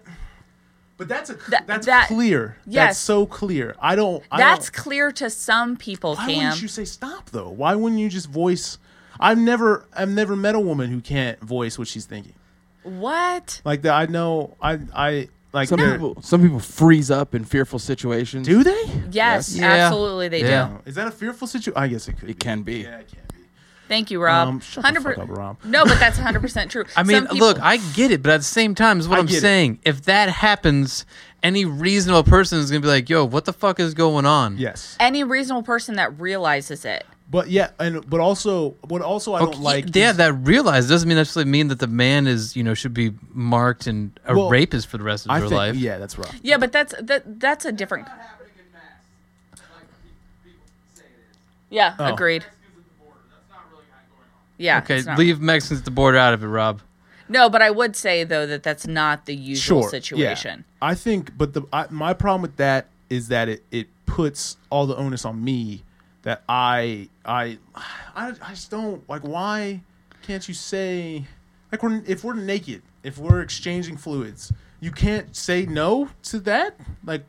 Speaker 3: but that's a
Speaker 1: That-
Speaker 3: that's
Speaker 1: that-
Speaker 3: clear.
Speaker 1: yes.
Speaker 3: That's so clear. I don't. I
Speaker 1: That's
Speaker 3: don't,
Speaker 1: clear to some people,
Speaker 3: Why
Speaker 1: Cam.
Speaker 3: wouldn't you say stop though? Why wouldn't you just voice? I've never I've never met a woman who can't voice what she's thinking.
Speaker 1: What?
Speaker 3: Like that, I know. I I like.
Speaker 2: Some
Speaker 3: they're-
Speaker 2: people, some people freeze up in fearful situations.
Speaker 3: do they?
Speaker 1: Yes,
Speaker 4: Yeah.
Speaker 1: absolutely they
Speaker 4: Yeah.
Speaker 1: do.
Speaker 3: Is that a fearful situation? I guess it could.
Speaker 2: It
Speaker 3: be.
Speaker 2: can be.
Speaker 3: Yeah, it can be.
Speaker 1: Thank you, Rob.
Speaker 3: Um, shut the fuck up, Rob.
Speaker 1: No, but that's 100% true.
Speaker 4: I mean,
Speaker 1: Some people-
Speaker 4: look, I get it, but at the same time, is what
Speaker 3: I
Speaker 4: I am
Speaker 3: get it.
Speaker 4: saying. If that happens, any reasonable person is gonna be like, "Yo, what the fuck is going on?"
Speaker 3: Yes,
Speaker 1: any reasonable person that realizes it.
Speaker 3: but yeah, and but also, what also I
Speaker 4: Okay,
Speaker 3: don't like.
Speaker 4: yeah,
Speaker 3: is-
Speaker 4: that realize doesn't mean necessarily mean that the man is, you know, should be marked and a
Speaker 3: Well,
Speaker 4: rapist for the rest of
Speaker 3: I
Speaker 4: their
Speaker 3: think,
Speaker 4: life.
Speaker 3: yeah, that's rough.
Speaker 1: Yeah, but that's that that's a different Yeah,
Speaker 3: Oh.
Speaker 1: agreed. Yeah.
Speaker 4: Okay,
Speaker 1: it's not-
Speaker 4: leave Mexicans at the border out of it, Rob.
Speaker 1: No, but I would say though that that's not the usual
Speaker 3: yeah.
Speaker 1: situation.
Speaker 3: I think, but the I, my problem with that is that it it puts all the onus on me that I I I, I just don't like. Why can't you say like we're if we're naked if we're exchanging fluids you can't say no to that like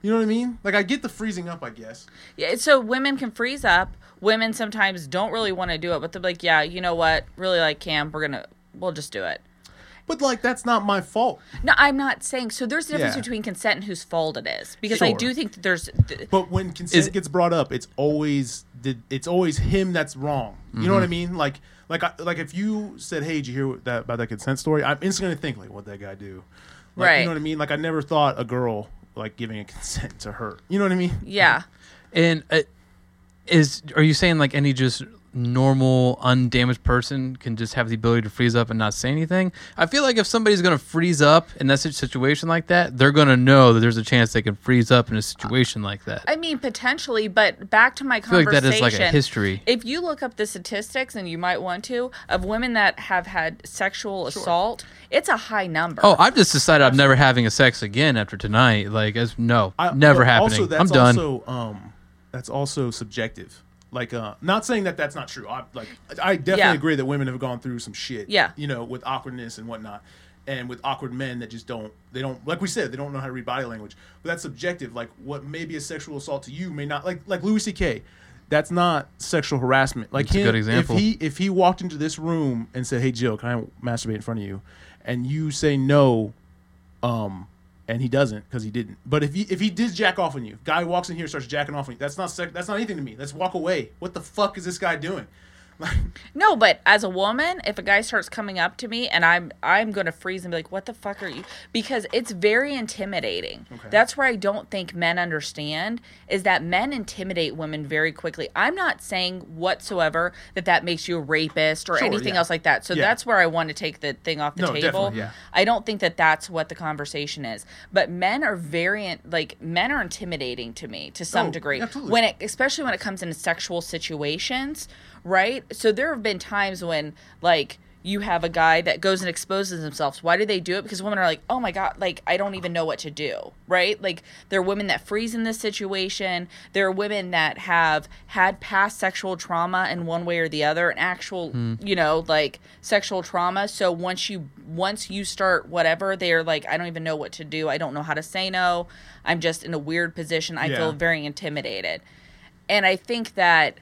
Speaker 3: you know what I mean like I get the freezing up I guess
Speaker 1: Yeah, so women can freeze up. Women sometimes don't really want to do it, but they're like, "Yeah, you know what? Really like Cam, we're gonna we'll just do it."
Speaker 3: but like that's not my fault
Speaker 1: No, I'm not saying. So there's a difference
Speaker 3: Yeah.
Speaker 1: between consent and whose fault it is, because I
Speaker 3: Sure.
Speaker 1: do think that there's. Th-
Speaker 3: But when consent
Speaker 4: Is-
Speaker 3: gets brought up, it's always did it's always him that's wrong. You know what I mean? Like like I, like if you said, "Hey, did you hear what that about that consent story?" I'm instantly gonna think like, "What that guy do?" Like,
Speaker 1: Right.
Speaker 3: You know what I mean? Like I never thought a girl like giving a consent to her. You know what I mean?
Speaker 1: yeah,
Speaker 4: And uh, is are you saying like any just normal undamaged person can just have the ability to freeze up and not say anything? I feel like if somebody's going to freeze up in that sit- situation like that, they're going to know that there's a chance they can freeze up in a situation like that.
Speaker 1: I mean potentially, but back to my
Speaker 4: I feel like
Speaker 1: conversation.
Speaker 4: that is like a history.
Speaker 1: If you look up the statistics, and you might want to, of women that have had sexual assault, it's a high number.
Speaker 4: Oh, I've just decided I'm never having a sex again after tonight. Like, as no,
Speaker 3: I-
Speaker 4: never
Speaker 3: but
Speaker 4: happening.
Speaker 3: Also, that's
Speaker 4: I'm done.
Speaker 3: Also, um, that's also subjective. Like, uh, not saying that that's not true. I like, I definitely
Speaker 1: Yeah.
Speaker 3: agree that women have gone through some shit.
Speaker 1: Yeah.
Speaker 3: you know, with awkwardness and whatnot, and with awkward men that just don't. They don't like we said. They don't know how to read body language. But that's subjective. Like, what may be a sexual assault to you may not. Like, like Louis C.K. that's not sexual harassment. Like
Speaker 4: It's a
Speaker 3: him-
Speaker 4: good example.
Speaker 3: If he if he walked into this room and said, "Hey Jill, can I masturbate in front of you?" and you say no, um, and he doesn't because he didn't. But if he if he did jack off on you, guy walks in here starts jacking off on you. That's not sec- that's not anything to me. Let's walk away. What the fuck is this guy doing? Like,
Speaker 1: No, but as a woman, if a guy starts coming up to me and I'm I'm gonna freeze and be like, "What the fuck are you?" Because it's very intimidating. That's where I don't think men understand is that men intimidate women very quickly. I'm not saying whatsoever that that makes you a rapist or
Speaker 3: Sure,
Speaker 1: anything
Speaker 3: yeah.
Speaker 1: else like that. So
Speaker 3: Yeah.
Speaker 1: that's where I want to take the thing off the
Speaker 3: No,
Speaker 1: table.
Speaker 3: definitely, yeah.
Speaker 1: I don't think that that's what the conversation is. But men are very like men are intimidating to me to some
Speaker 3: Oh,
Speaker 1: degree
Speaker 3: absolutely.
Speaker 1: when it especially when it comes into sexual situations, right? So there have been times when like you have a guy that goes and exposes themselves. Why do they do it? Because women are like, "Oh my god, like I don't even know what to do." Right? Like there are women that freeze in this situation. There are women that have had past sexual trauma in one way or the other, an actual, you know, like sexual trauma. So once you once you start whatever, they're like, "I don't even know what to do. I don't know how to say no. I'm just in a weird position. I
Speaker 3: Yeah.
Speaker 1: feel very intimidated." And I think that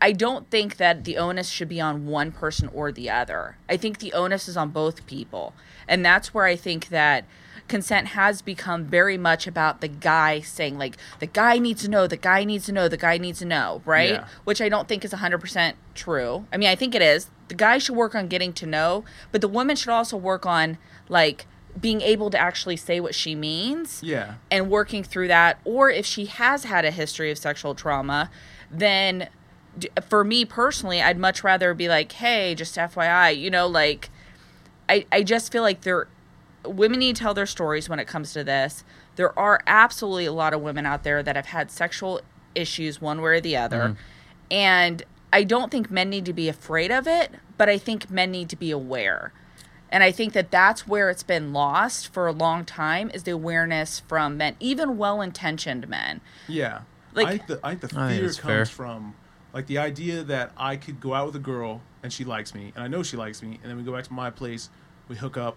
Speaker 1: I don't think that the onus should be on one person or the other. I think the onus is on both people. And that's where I think that consent has become very much about the guy saying like the guy needs to know, the guy needs to know, the guy needs to know, right?
Speaker 3: Yeah.
Speaker 1: Which I don't think is 100% true. I mean, I think it is. The guy should work on getting to know, but the woman should also work on like being able to actually say what she means
Speaker 3: yeah.
Speaker 1: and working through that or if she has had a history of sexual trauma then d- for me personally i'd much rather be like hey just fyi you know like i, I just feel like there women need to tell their stories when it comes to this there are absolutely a lot of women out there that have had sexual issues one way or the other and i don't think men need to be afraid of it but i think men need to be aware and I think that that's where it's been lost for a long time is the awareness from men, even well-intentioned men.
Speaker 3: Yeah.
Speaker 1: Like-
Speaker 3: I think the, I think the
Speaker 4: I think
Speaker 3: fear
Speaker 4: it's
Speaker 3: comes
Speaker 4: fair.
Speaker 3: from like the idea that I could go out with a girl and she likes me and I know she likes me and then we go back to my place, we hook up,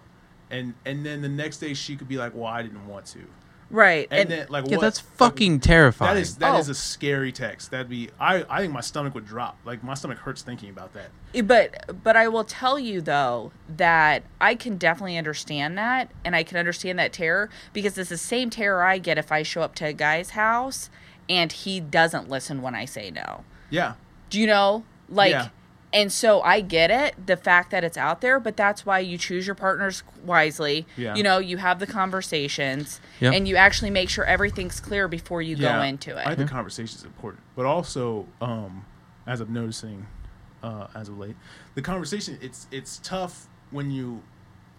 Speaker 3: and and then the next day she could be like, well, I didn't want to, and,
Speaker 1: Right. And,
Speaker 3: then like
Speaker 4: Yeah,
Speaker 3: what?
Speaker 4: that's
Speaker 3: Like,
Speaker 4: fucking terrifying.
Speaker 3: that is that is
Speaker 1: Oh.
Speaker 3: a scary text. That'd be I I think my stomach would drop. Like my stomach hurts thinking about that.
Speaker 1: but but I will tell you though that I can definitely understand that and I can understand that terror because it's the same terror I get if I show up to a guy's house and he doesn't listen when I say no.
Speaker 3: Yeah.
Speaker 1: Do you know? Like,
Speaker 3: Yeah.
Speaker 1: and so I get it, the fact that it's out there, but that's why you choose your partners wisely.
Speaker 3: Yeah.
Speaker 1: You know, you have the conversations
Speaker 4: Yep.
Speaker 1: and you actually make sure everything's clear before you go into it.
Speaker 3: I think conversation is important, but also, um, as I'm noticing, uh, as of late, the conversation it's it's tough when you,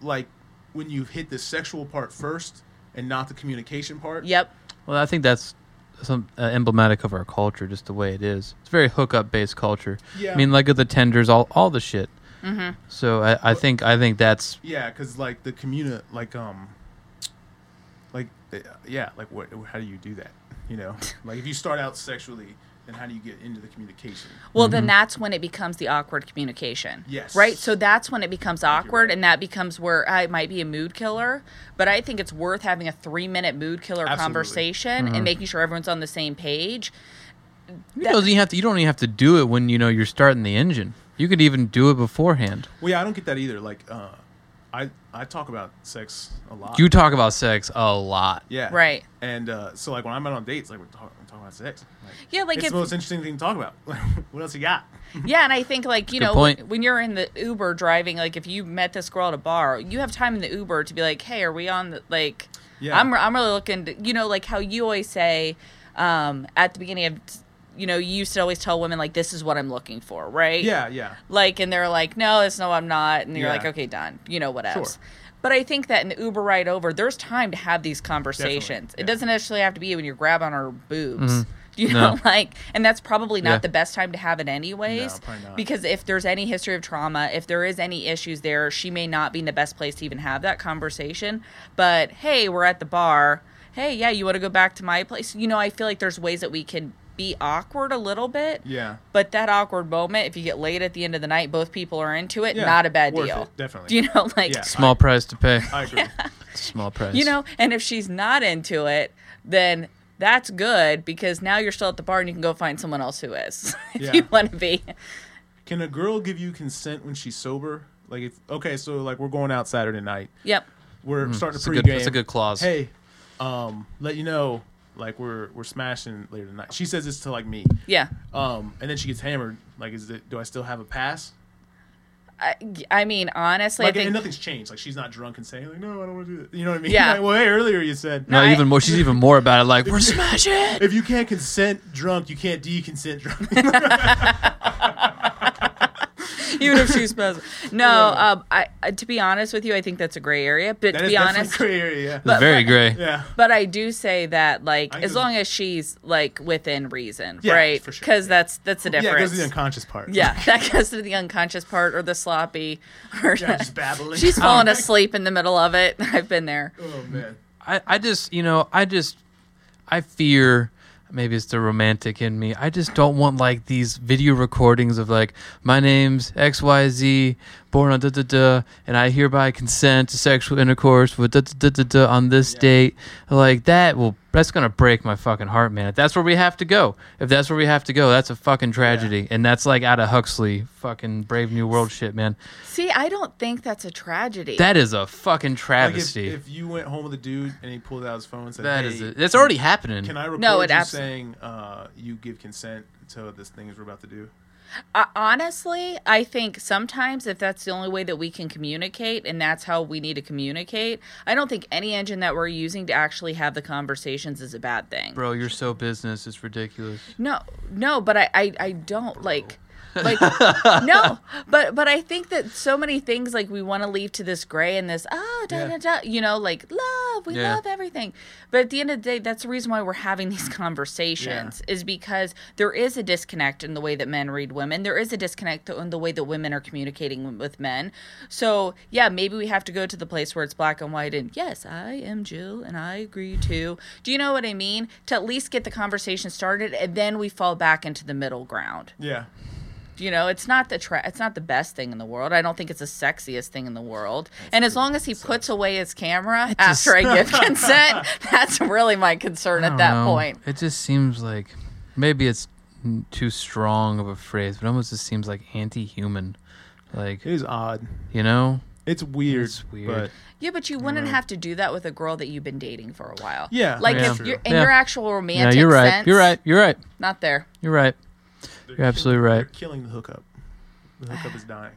Speaker 3: like, when you hit the sexual part first and not the communication part.
Speaker 1: yep.
Speaker 4: Well, I think that's some uh, emblematic of our culture, just the way it is. It's a very hookup based culture.
Speaker 3: Yeah.
Speaker 4: I mean, like at the tenders, all all the shit. Mm-hmm. So I, I think I think that's
Speaker 3: Yeah, because like the communi like um, like uh, yeah, like what? How do you do that? You know, like if you start out sexually, then how do you get into the communication?
Speaker 1: Well, then that's when it becomes the awkward communication.
Speaker 3: Yes.
Speaker 1: Right? So that's when it becomes awkward
Speaker 3: right.
Speaker 1: and that becomes where I might be a mood killer, but I think it's worth having a 3-minute mood killer
Speaker 3: Absolutely.
Speaker 1: conversation and making sure everyone's on the same page.
Speaker 4: you, don't even have to, you don't even have to do it when you know you're starting the engine. You could even do it beforehand.
Speaker 3: Well, yeah, I don't get that either. Like, uh, I I talk about sex a lot.
Speaker 4: You talk about sex a lot.
Speaker 3: Yeah.
Speaker 1: Right.
Speaker 3: And uh, so, like, when I'm out on dates, like, we're, talk- we're talking about sex. Like,
Speaker 1: Yeah, like
Speaker 3: it's
Speaker 1: if-
Speaker 3: the most interesting thing to talk about. Like, what else you got?
Speaker 1: Yeah, and I think like you
Speaker 4: Good
Speaker 1: know
Speaker 4: point.
Speaker 1: when you're in the Uber driving, like if you met this girl at a bar, you have time in the Uber to be like, hey, are we on the like?
Speaker 3: Yeah.
Speaker 1: I'm I'm really looking to you know like how you always say um, at the beginning of you know you used to always tell women like this is what I'm looking for, right?
Speaker 3: Yeah, yeah.
Speaker 1: Like and they're like no, it's no, I'm not, and you're
Speaker 3: Yeah.
Speaker 1: like okay, done, you know what else.
Speaker 3: Sure.
Speaker 1: But I think that in the Uber ride over, there's time to have these conversations.
Speaker 3: yeah. Mm-hmm.
Speaker 1: It doesn't necessarily have to be when you're grabbing our boobs. You
Speaker 4: No.
Speaker 1: know, like, and that's probably not
Speaker 4: Yeah.
Speaker 1: the best time to have it anyways.
Speaker 3: No, probably not.
Speaker 1: Because if there's any history of trauma, if there is any issues there, she may not be in the best place to even have that conversation. But hey, we're at the bar. Hey, yeah, you want to go back to my place? You know, I feel like there's ways that we can be awkward a little bit.
Speaker 3: Yeah.
Speaker 1: But that awkward moment, if you get late at the end of the night, both people are into it,
Speaker 3: Yeah,
Speaker 1: not a bad
Speaker 3: worth
Speaker 1: deal.
Speaker 3: it, definitely.
Speaker 1: Do you know, like,
Speaker 3: Yeah.
Speaker 4: Small price to pay.
Speaker 3: I agree.
Speaker 4: Small price.
Speaker 1: you know, and if she's not into it, then that's good because now you're still at the bar and you can go find someone else who is if
Speaker 3: Yeah.
Speaker 1: you want to be.
Speaker 3: Can a girl give you consent when she's sober? Like, if okay, so like we're going out Saturday night.
Speaker 1: Yep.
Speaker 3: We're starting
Speaker 4: Mm, That's
Speaker 3: to
Speaker 4: a
Speaker 3: pregame.
Speaker 4: good- that's a good clause.
Speaker 3: Hey, um, let you know, like we're we're smashing later tonight. She says this to like me,
Speaker 1: Yeah.
Speaker 3: um, and then she gets hammered. Like, is it? Do I still have a pass?
Speaker 1: I, I mean, honestly,
Speaker 3: Like,
Speaker 1: I
Speaker 3: and
Speaker 1: think
Speaker 3: nothing's changed. Like, she's not drunk and saying like, no, I don't want to do that. You know what I mean?
Speaker 1: Yeah.
Speaker 3: Like, well, hey, earlier you said.
Speaker 4: No,
Speaker 1: I-
Speaker 4: even more. She's even more about it. Like we're smashing.
Speaker 3: If you can't consent drunk, you can't deconsent drunk.
Speaker 1: even if she's pos- no, um, I, I to be honest with you, I think that's a gray area. But
Speaker 3: That
Speaker 1: to
Speaker 3: is
Speaker 1: be
Speaker 3: definitely
Speaker 1: honest,
Speaker 3: gray area. Yeah.
Speaker 4: It's very gray.
Speaker 3: yeah.
Speaker 1: But I do say that, like,
Speaker 3: I
Speaker 1: as
Speaker 3: just-
Speaker 1: long as she's like within reason,
Speaker 3: Yeah,
Speaker 1: right?
Speaker 3: for sure.
Speaker 1: Because that's that's the
Speaker 3: Yeah, it goes
Speaker 1: difference.
Speaker 3: to the
Speaker 1: Yeah,
Speaker 3: unconscious part.
Speaker 1: that goes to the unconscious part or the sloppy. Or
Speaker 3: Yeah, just babbling.
Speaker 1: she's
Speaker 3: falling.
Speaker 1: fallen asleep in the middle of it. I've been there.
Speaker 3: Oh man.
Speaker 4: I, I just you know I just I fear maybe it's the romantic in me. I just don't want like these video recordings of like my name's X Y Z born on da da da and I hereby consent to sexual intercourse with da da da da on this date. Like that will that's gonna break my fucking heart, man. If that's where we have to go, if that's where we have to go, that's a fucking tragedy, and that's like out of Huxley fucking Brave New World shit, man.
Speaker 1: See, I don't think that's a tragedy.
Speaker 4: That is a fucking
Speaker 3: Like if,
Speaker 4: travesty.
Speaker 3: if you went home with a dude and he pulled out his phone and said,
Speaker 4: that
Speaker 3: hey,
Speaker 4: is it. It's already happening.
Speaker 3: Can I record
Speaker 1: No, it
Speaker 3: you
Speaker 1: abso-
Speaker 3: saying uh, you give consent to this thing we're about to do?
Speaker 1: I, honestly, I think sometimes if that's the only way that we can communicate and that's how we need to communicate, I don't think any engine that we're using to actually have the conversations is a bad thing.
Speaker 4: Bro, you're so business. It's ridiculous.
Speaker 1: No, no, but I, I, I don't like, like, no, but, but I think that so many things like we want to leave to this gray and this, oh, da,
Speaker 3: Yeah.
Speaker 1: da, da, you know, like love, we
Speaker 4: Yeah.
Speaker 1: love everything. But at the end of the day, that's the reason why we're having these conversations is because there is a disconnect in the way that men read women. There is a disconnect in the way that women are communicating with men. So yeah, maybe we have to go to the place where it's black and white and yes, I am Jill and I agree too. Do you know what I mean? To at least get the conversation started and then we fall back into the middle ground.
Speaker 3: Yeah.
Speaker 1: You know, it's not the tra- it's not the best thing in the world. I don't think it's the sexiest thing in the world. and as long as he puts away his camera after I give consent, that's really my concern at
Speaker 4: I don't
Speaker 1: that
Speaker 4: know.
Speaker 1: point.
Speaker 4: It just seems like maybe it's n- too strong of a phrase, but it almost just seems like anti human. Like,
Speaker 3: It is odd.
Speaker 4: you know?
Speaker 3: It's weird.
Speaker 4: It's weird.
Speaker 3: But
Speaker 1: Yeah, but you wouldn't have to do that with a girl that you've been dating for a while.
Speaker 3: Yeah,
Speaker 1: like
Speaker 4: that's
Speaker 1: if
Speaker 4: true.
Speaker 1: you're in
Speaker 4: Yeah.
Speaker 1: your actual
Speaker 4: Yeah,
Speaker 1: romantic
Speaker 4: you're right.
Speaker 1: sense,
Speaker 4: You're right. You're right.
Speaker 1: Not there.
Speaker 4: You're right.
Speaker 3: They're
Speaker 4: You're absolutely
Speaker 3: killing-
Speaker 4: right.
Speaker 3: They're killing the hookup. The hookup is dying.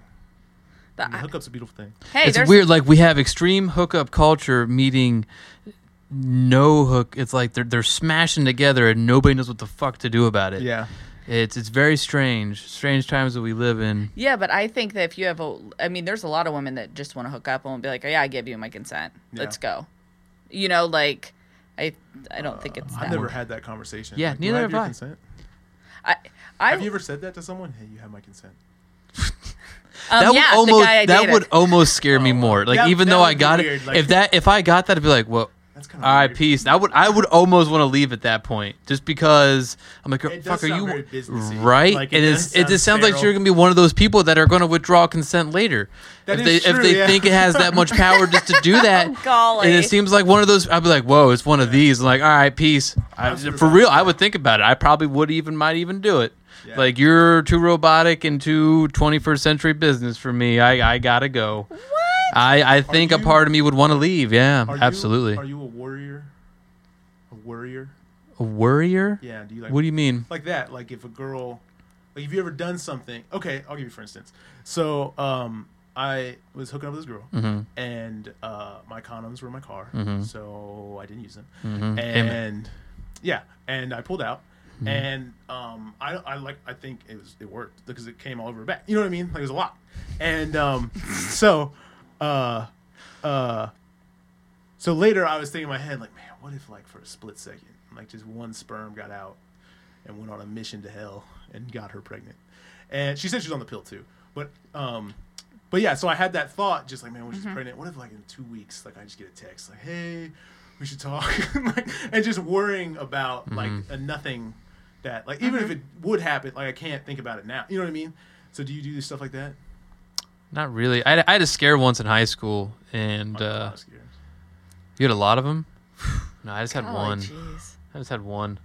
Speaker 1: The-
Speaker 3: And the hookup's a beautiful thing.
Speaker 1: hey,
Speaker 4: it's
Speaker 1: there's
Speaker 4: weird. Like, we have extreme hookup culture meeting no hook. It's like they're, they're smashing together and nobody knows what the fuck to do about it.
Speaker 3: Yeah.
Speaker 4: It's, it's very strange. Strange times that we live in.
Speaker 1: Yeah, but I think that if you have a, I mean, there's a lot of women that just want to hook up and will be like, oh, yeah, I give you my consent.
Speaker 3: Yeah.
Speaker 1: Let's go. You know, like, I, I don't think it's that.
Speaker 3: Uh, I've never had that conversation.
Speaker 4: Yeah,
Speaker 3: Like, do I
Speaker 4: neither
Speaker 3: have
Speaker 4: have
Speaker 3: your
Speaker 4: I.
Speaker 3: consent?
Speaker 1: I, I,
Speaker 3: Have you ever said that to someone? Hey, you have my consent.
Speaker 1: um,
Speaker 4: that
Speaker 1: yeah,
Speaker 4: would almost
Speaker 1: the guy I
Speaker 4: that
Speaker 1: dated.
Speaker 4: would almost scare me more. Like
Speaker 3: That- Oh,
Speaker 4: even
Speaker 3: that
Speaker 4: though I
Speaker 3: would be
Speaker 4: got
Speaker 3: weird,
Speaker 4: it,
Speaker 3: like-
Speaker 4: if that if I got that, I'd be like, well,
Speaker 3: That's kind
Speaker 4: all
Speaker 3: of
Speaker 4: right, peace. I would I would almost want to leave at that point, just because I'm like,
Speaker 3: It does
Speaker 4: fuck, are
Speaker 3: sound
Speaker 4: you
Speaker 3: very businessy.
Speaker 4: right?
Speaker 3: Like, it
Speaker 4: it
Speaker 3: does
Speaker 4: is. It just
Speaker 3: sound
Speaker 4: sounds like you're
Speaker 3: sterile.
Speaker 4: gonna be one of those people that are gonna withdraw consent later.
Speaker 3: That
Speaker 4: if
Speaker 3: is
Speaker 4: they
Speaker 3: true,
Speaker 4: if they
Speaker 3: yeah.
Speaker 4: think it has that much power just to do that,
Speaker 1: golly.
Speaker 4: and it seems like one of those. I'd be like, whoa, it's one of these. I'm like, all right, peace. I,
Speaker 3: was gonna
Speaker 4: for
Speaker 3: say-
Speaker 4: real, I would think about it. I probably would even might even do it.
Speaker 3: Yeah.
Speaker 4: Like you're too robotic and too 21st century business for me. I, I gotta go. What? I, I think a
Speaker 3: you-
Speaker 4: part of me would want to leave. Yeah,
Speaker 3: Are you-
Speaker 4: absolutely.
Speaker 3: are you a warrior? A worrier?
Speaker 4: a worrier?
Speaker 3: Yeah. Do you like
Speaker 4: What do you mean?
Speaker 3: like that like if a girl like if you ever done something okay i'll give you for instance so um i was hooking up with this girl and uh my condoms were in my car so i didn't use them and yeah and i pulled out and um i i like i think it was it worked because it came all over her back you know what i mean like it was a lot and um so uh uh so later i was thinking in my head like man what if like for a split second like just one sperm got out and went on a mission to hell and got her pregnant. And she said she was on the pill too. But um but yeah, so I had that thought just like, man, when she's pregnant, what if like in two weeks, like I just get a text like, hey, we should talk like, and just worrying
Speaker 4: Mm-hmm.
Speaker 3: about like a nothing that like even if it would happen, like I can't think about it now. You know what I mean? So do you do stuff like that?
Speaker 4: Not really. I, I had a scare once in high school, and
Speaker 3: I'm
Speaker 4: uh,
Speaker 3: not scared.
Speaker 4: you had a lot of them. no, I just had
Speaker 1: Golly,
Speaker 4: one.
Speaker 1: Oh, jeez.
Speaker 4: I just had one.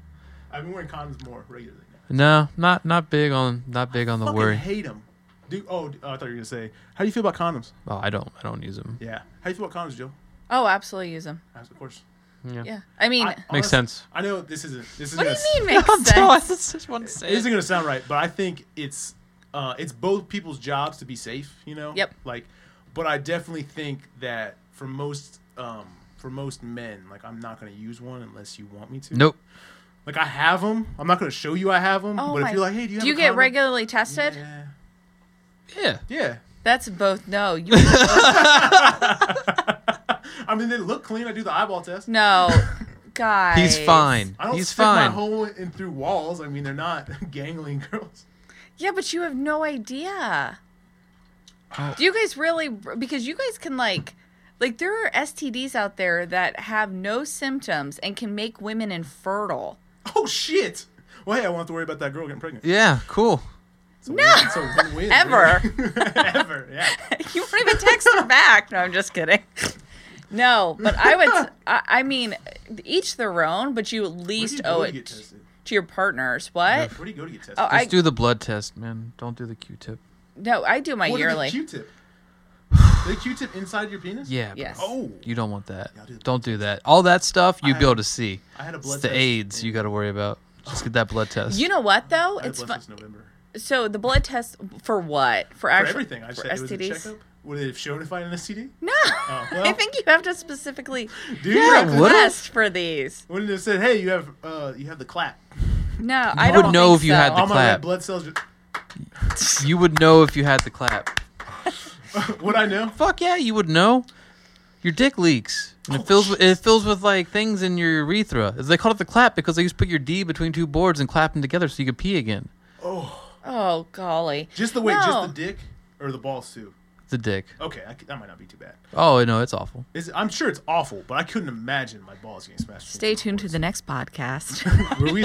Speaker 3: I've been wearing condoms more regularly now.
Speaker 4: No, not not big on not big on the
Speaker 3: Fucking
Speaker 4: worry.
Speaker 3: hate them. Dude, oh, d- oh, I thought you were gonna say, how do you feel about condoms?
Speaker 4: Oh, I don't I don't use them.
Speaker 3: Yeah. How do you feel about condoms, Joe?
Speaker 1: Oh, absolutely use them.
Speaker 3: I was, Of course.
Speaker 1: Yeah. I mean,
Speaker 3: I,
Speaker 4: Makes sense.
Speaker 3: I know this isn't. This isn't.
Speaker 1: what do you
Speaker 3: gonna,
Speaker 1: mean makes sense?
Speaker 4: just want to say
Speaker 3: It isn't gonna sound right, but I think it's uh, it's both people's jobs to be safe. You know.
Speaker 1: Yep.
Speaker 3: Like, but I definitely think that for most um, for most men, like I'm not gonna use one unless you want me to.
Speaker 4: Nope.
Speaker 3: Like I have them. I'm not gonna show you I have them.
Speaker 1: Oh
Speaker 3: but
Speaker 1: my.
Speaker 3: if you're like, hey, do you have a
Speaker 1: get
Speaker 3: condom?
Speaker 1: regularly tested?
Speaker 3: Yeah.
Speaker 4: Yeah.
Speaker 3: Yeah.
Speaker 1: That's both. No, you
Speaker 3: I mean, they look clean. I do the eyeball test.
Speaker 1: no, guys.
Speaker 4: He's fine.
Speaker 3: I don't
Speaker 4: He's
Speaker 3: stick
Speaker 4: fine.
Speaker 3: my hole in through walls. I mean, they're not gangling girls.
Speaker 1: Yeah, but you have no idea.
Speaker 3: Oh.
Speaker 1: Do you guys really? Because you guys can like, like there are STDs out there that have no symptoms and can make women infertile.
Speaker 3: Oh shit! Well, hey, I won't have to worry about that girl getting pregnant.
Speaker 4: yeah, cool.
Speaker 3: no, it's a win-win.
Speaker 1: Ever.
Speaker 3: really. ever, yeah.
Speaker 1: you won't even text her back. No, I'm just kidding. No, but I would. I, I mean, each their own. But you at least
Speaker 3: Where do you go
Speaker 1: owe
Speaker 3: to get
Speaker 1: it
Speaker 3: tested?
Speaker 1: to your partners. What?
Speaker 3: Where do you go to get tested?
Speaker 1: Oh, I
Speaker 4: Just do the blood test, man. Don't do the Q-tip.
Speaker 1: no, I do my
Speaker 3: What,
Speaker 1: yearly.
Speaker 3: The Q-tip. the Q-tip inside your penis?
Speaker 4: Yeah.
Speaker 1: Yes.
Speaker 3: Oh,
Speaker 4: You don't want that.
Speaker 3: I'll do the
Speaker 4: don't do that. All that stuff you'd be
Speaker 3: I-
Speaker 4: able to see.
Speaker 3: I had a blood
Speaker 4: It's the
Speaker 3: test
Speaker 4: AIDS
Speaker 3: in-
Speaker 4: you got to worry about. Just get that blood test.
Speaker 1: You know what though?
Speaker 3: I had
Speaker 1: It's
Speaker 3: blood
Speaker 1: fun.
Speaker 3: test in November.
Speaker 1: So the blood test for what? For
Speaker 3: For
Speaker 1: actually
Speaker 3: everything, I
Speaker 1: for
Speaker 3: said it was a checkup. Would it have shown if I had an STD?
Speaker 1: No,
Speaker 3: Oh, well.
Speaker 1: I think you have to specifically
Speaker 3: Dude,
Speaker 4: Yeah,
Speaker 3: yeah.
Speaker 4: what?
Speaker 1: test for these.
Speaker 3: Wouldn't it have said, "Hey, you have uh, you have the clap"?
Speaker 1: No, I
Speaker 4: You would
Speaker 1: don't
Speaker 4: know
Speaker 1: think
Speaker 4: if you
Speaker 1: so.
Speaker 4: had
Speaker 3: All
Speaker 4: the-
Speaker 3: my red
Speaker 4: clap.
Speaker 3: blood cells. Just,
Speaker 4: you would know if you had the clap.
Speaker 3: would I know?
Speaker 4: Fuck yeah, you would know. Your dick leaks. And it fills with, it fills with like things in your urethra. They call it the clap because they used to put your D between two boards and clap them together so you could pee again.
Speaker 1: Oh golly,
Speaker 3: Just the way,
Speaker 1: No.
Speaker 3: just the dick or the balls too.
Speaker 4: The dick.
Speaker 3: Okay, I c that might not be too bad.
Speaker 4: Oh no, it's awful.
Speaker 3: It's, I'm sure it's awful, but I couldn't imagine my balls getting smashed.
Speaker 1: Stay tuned to the next podcast
Speaker 3: Where we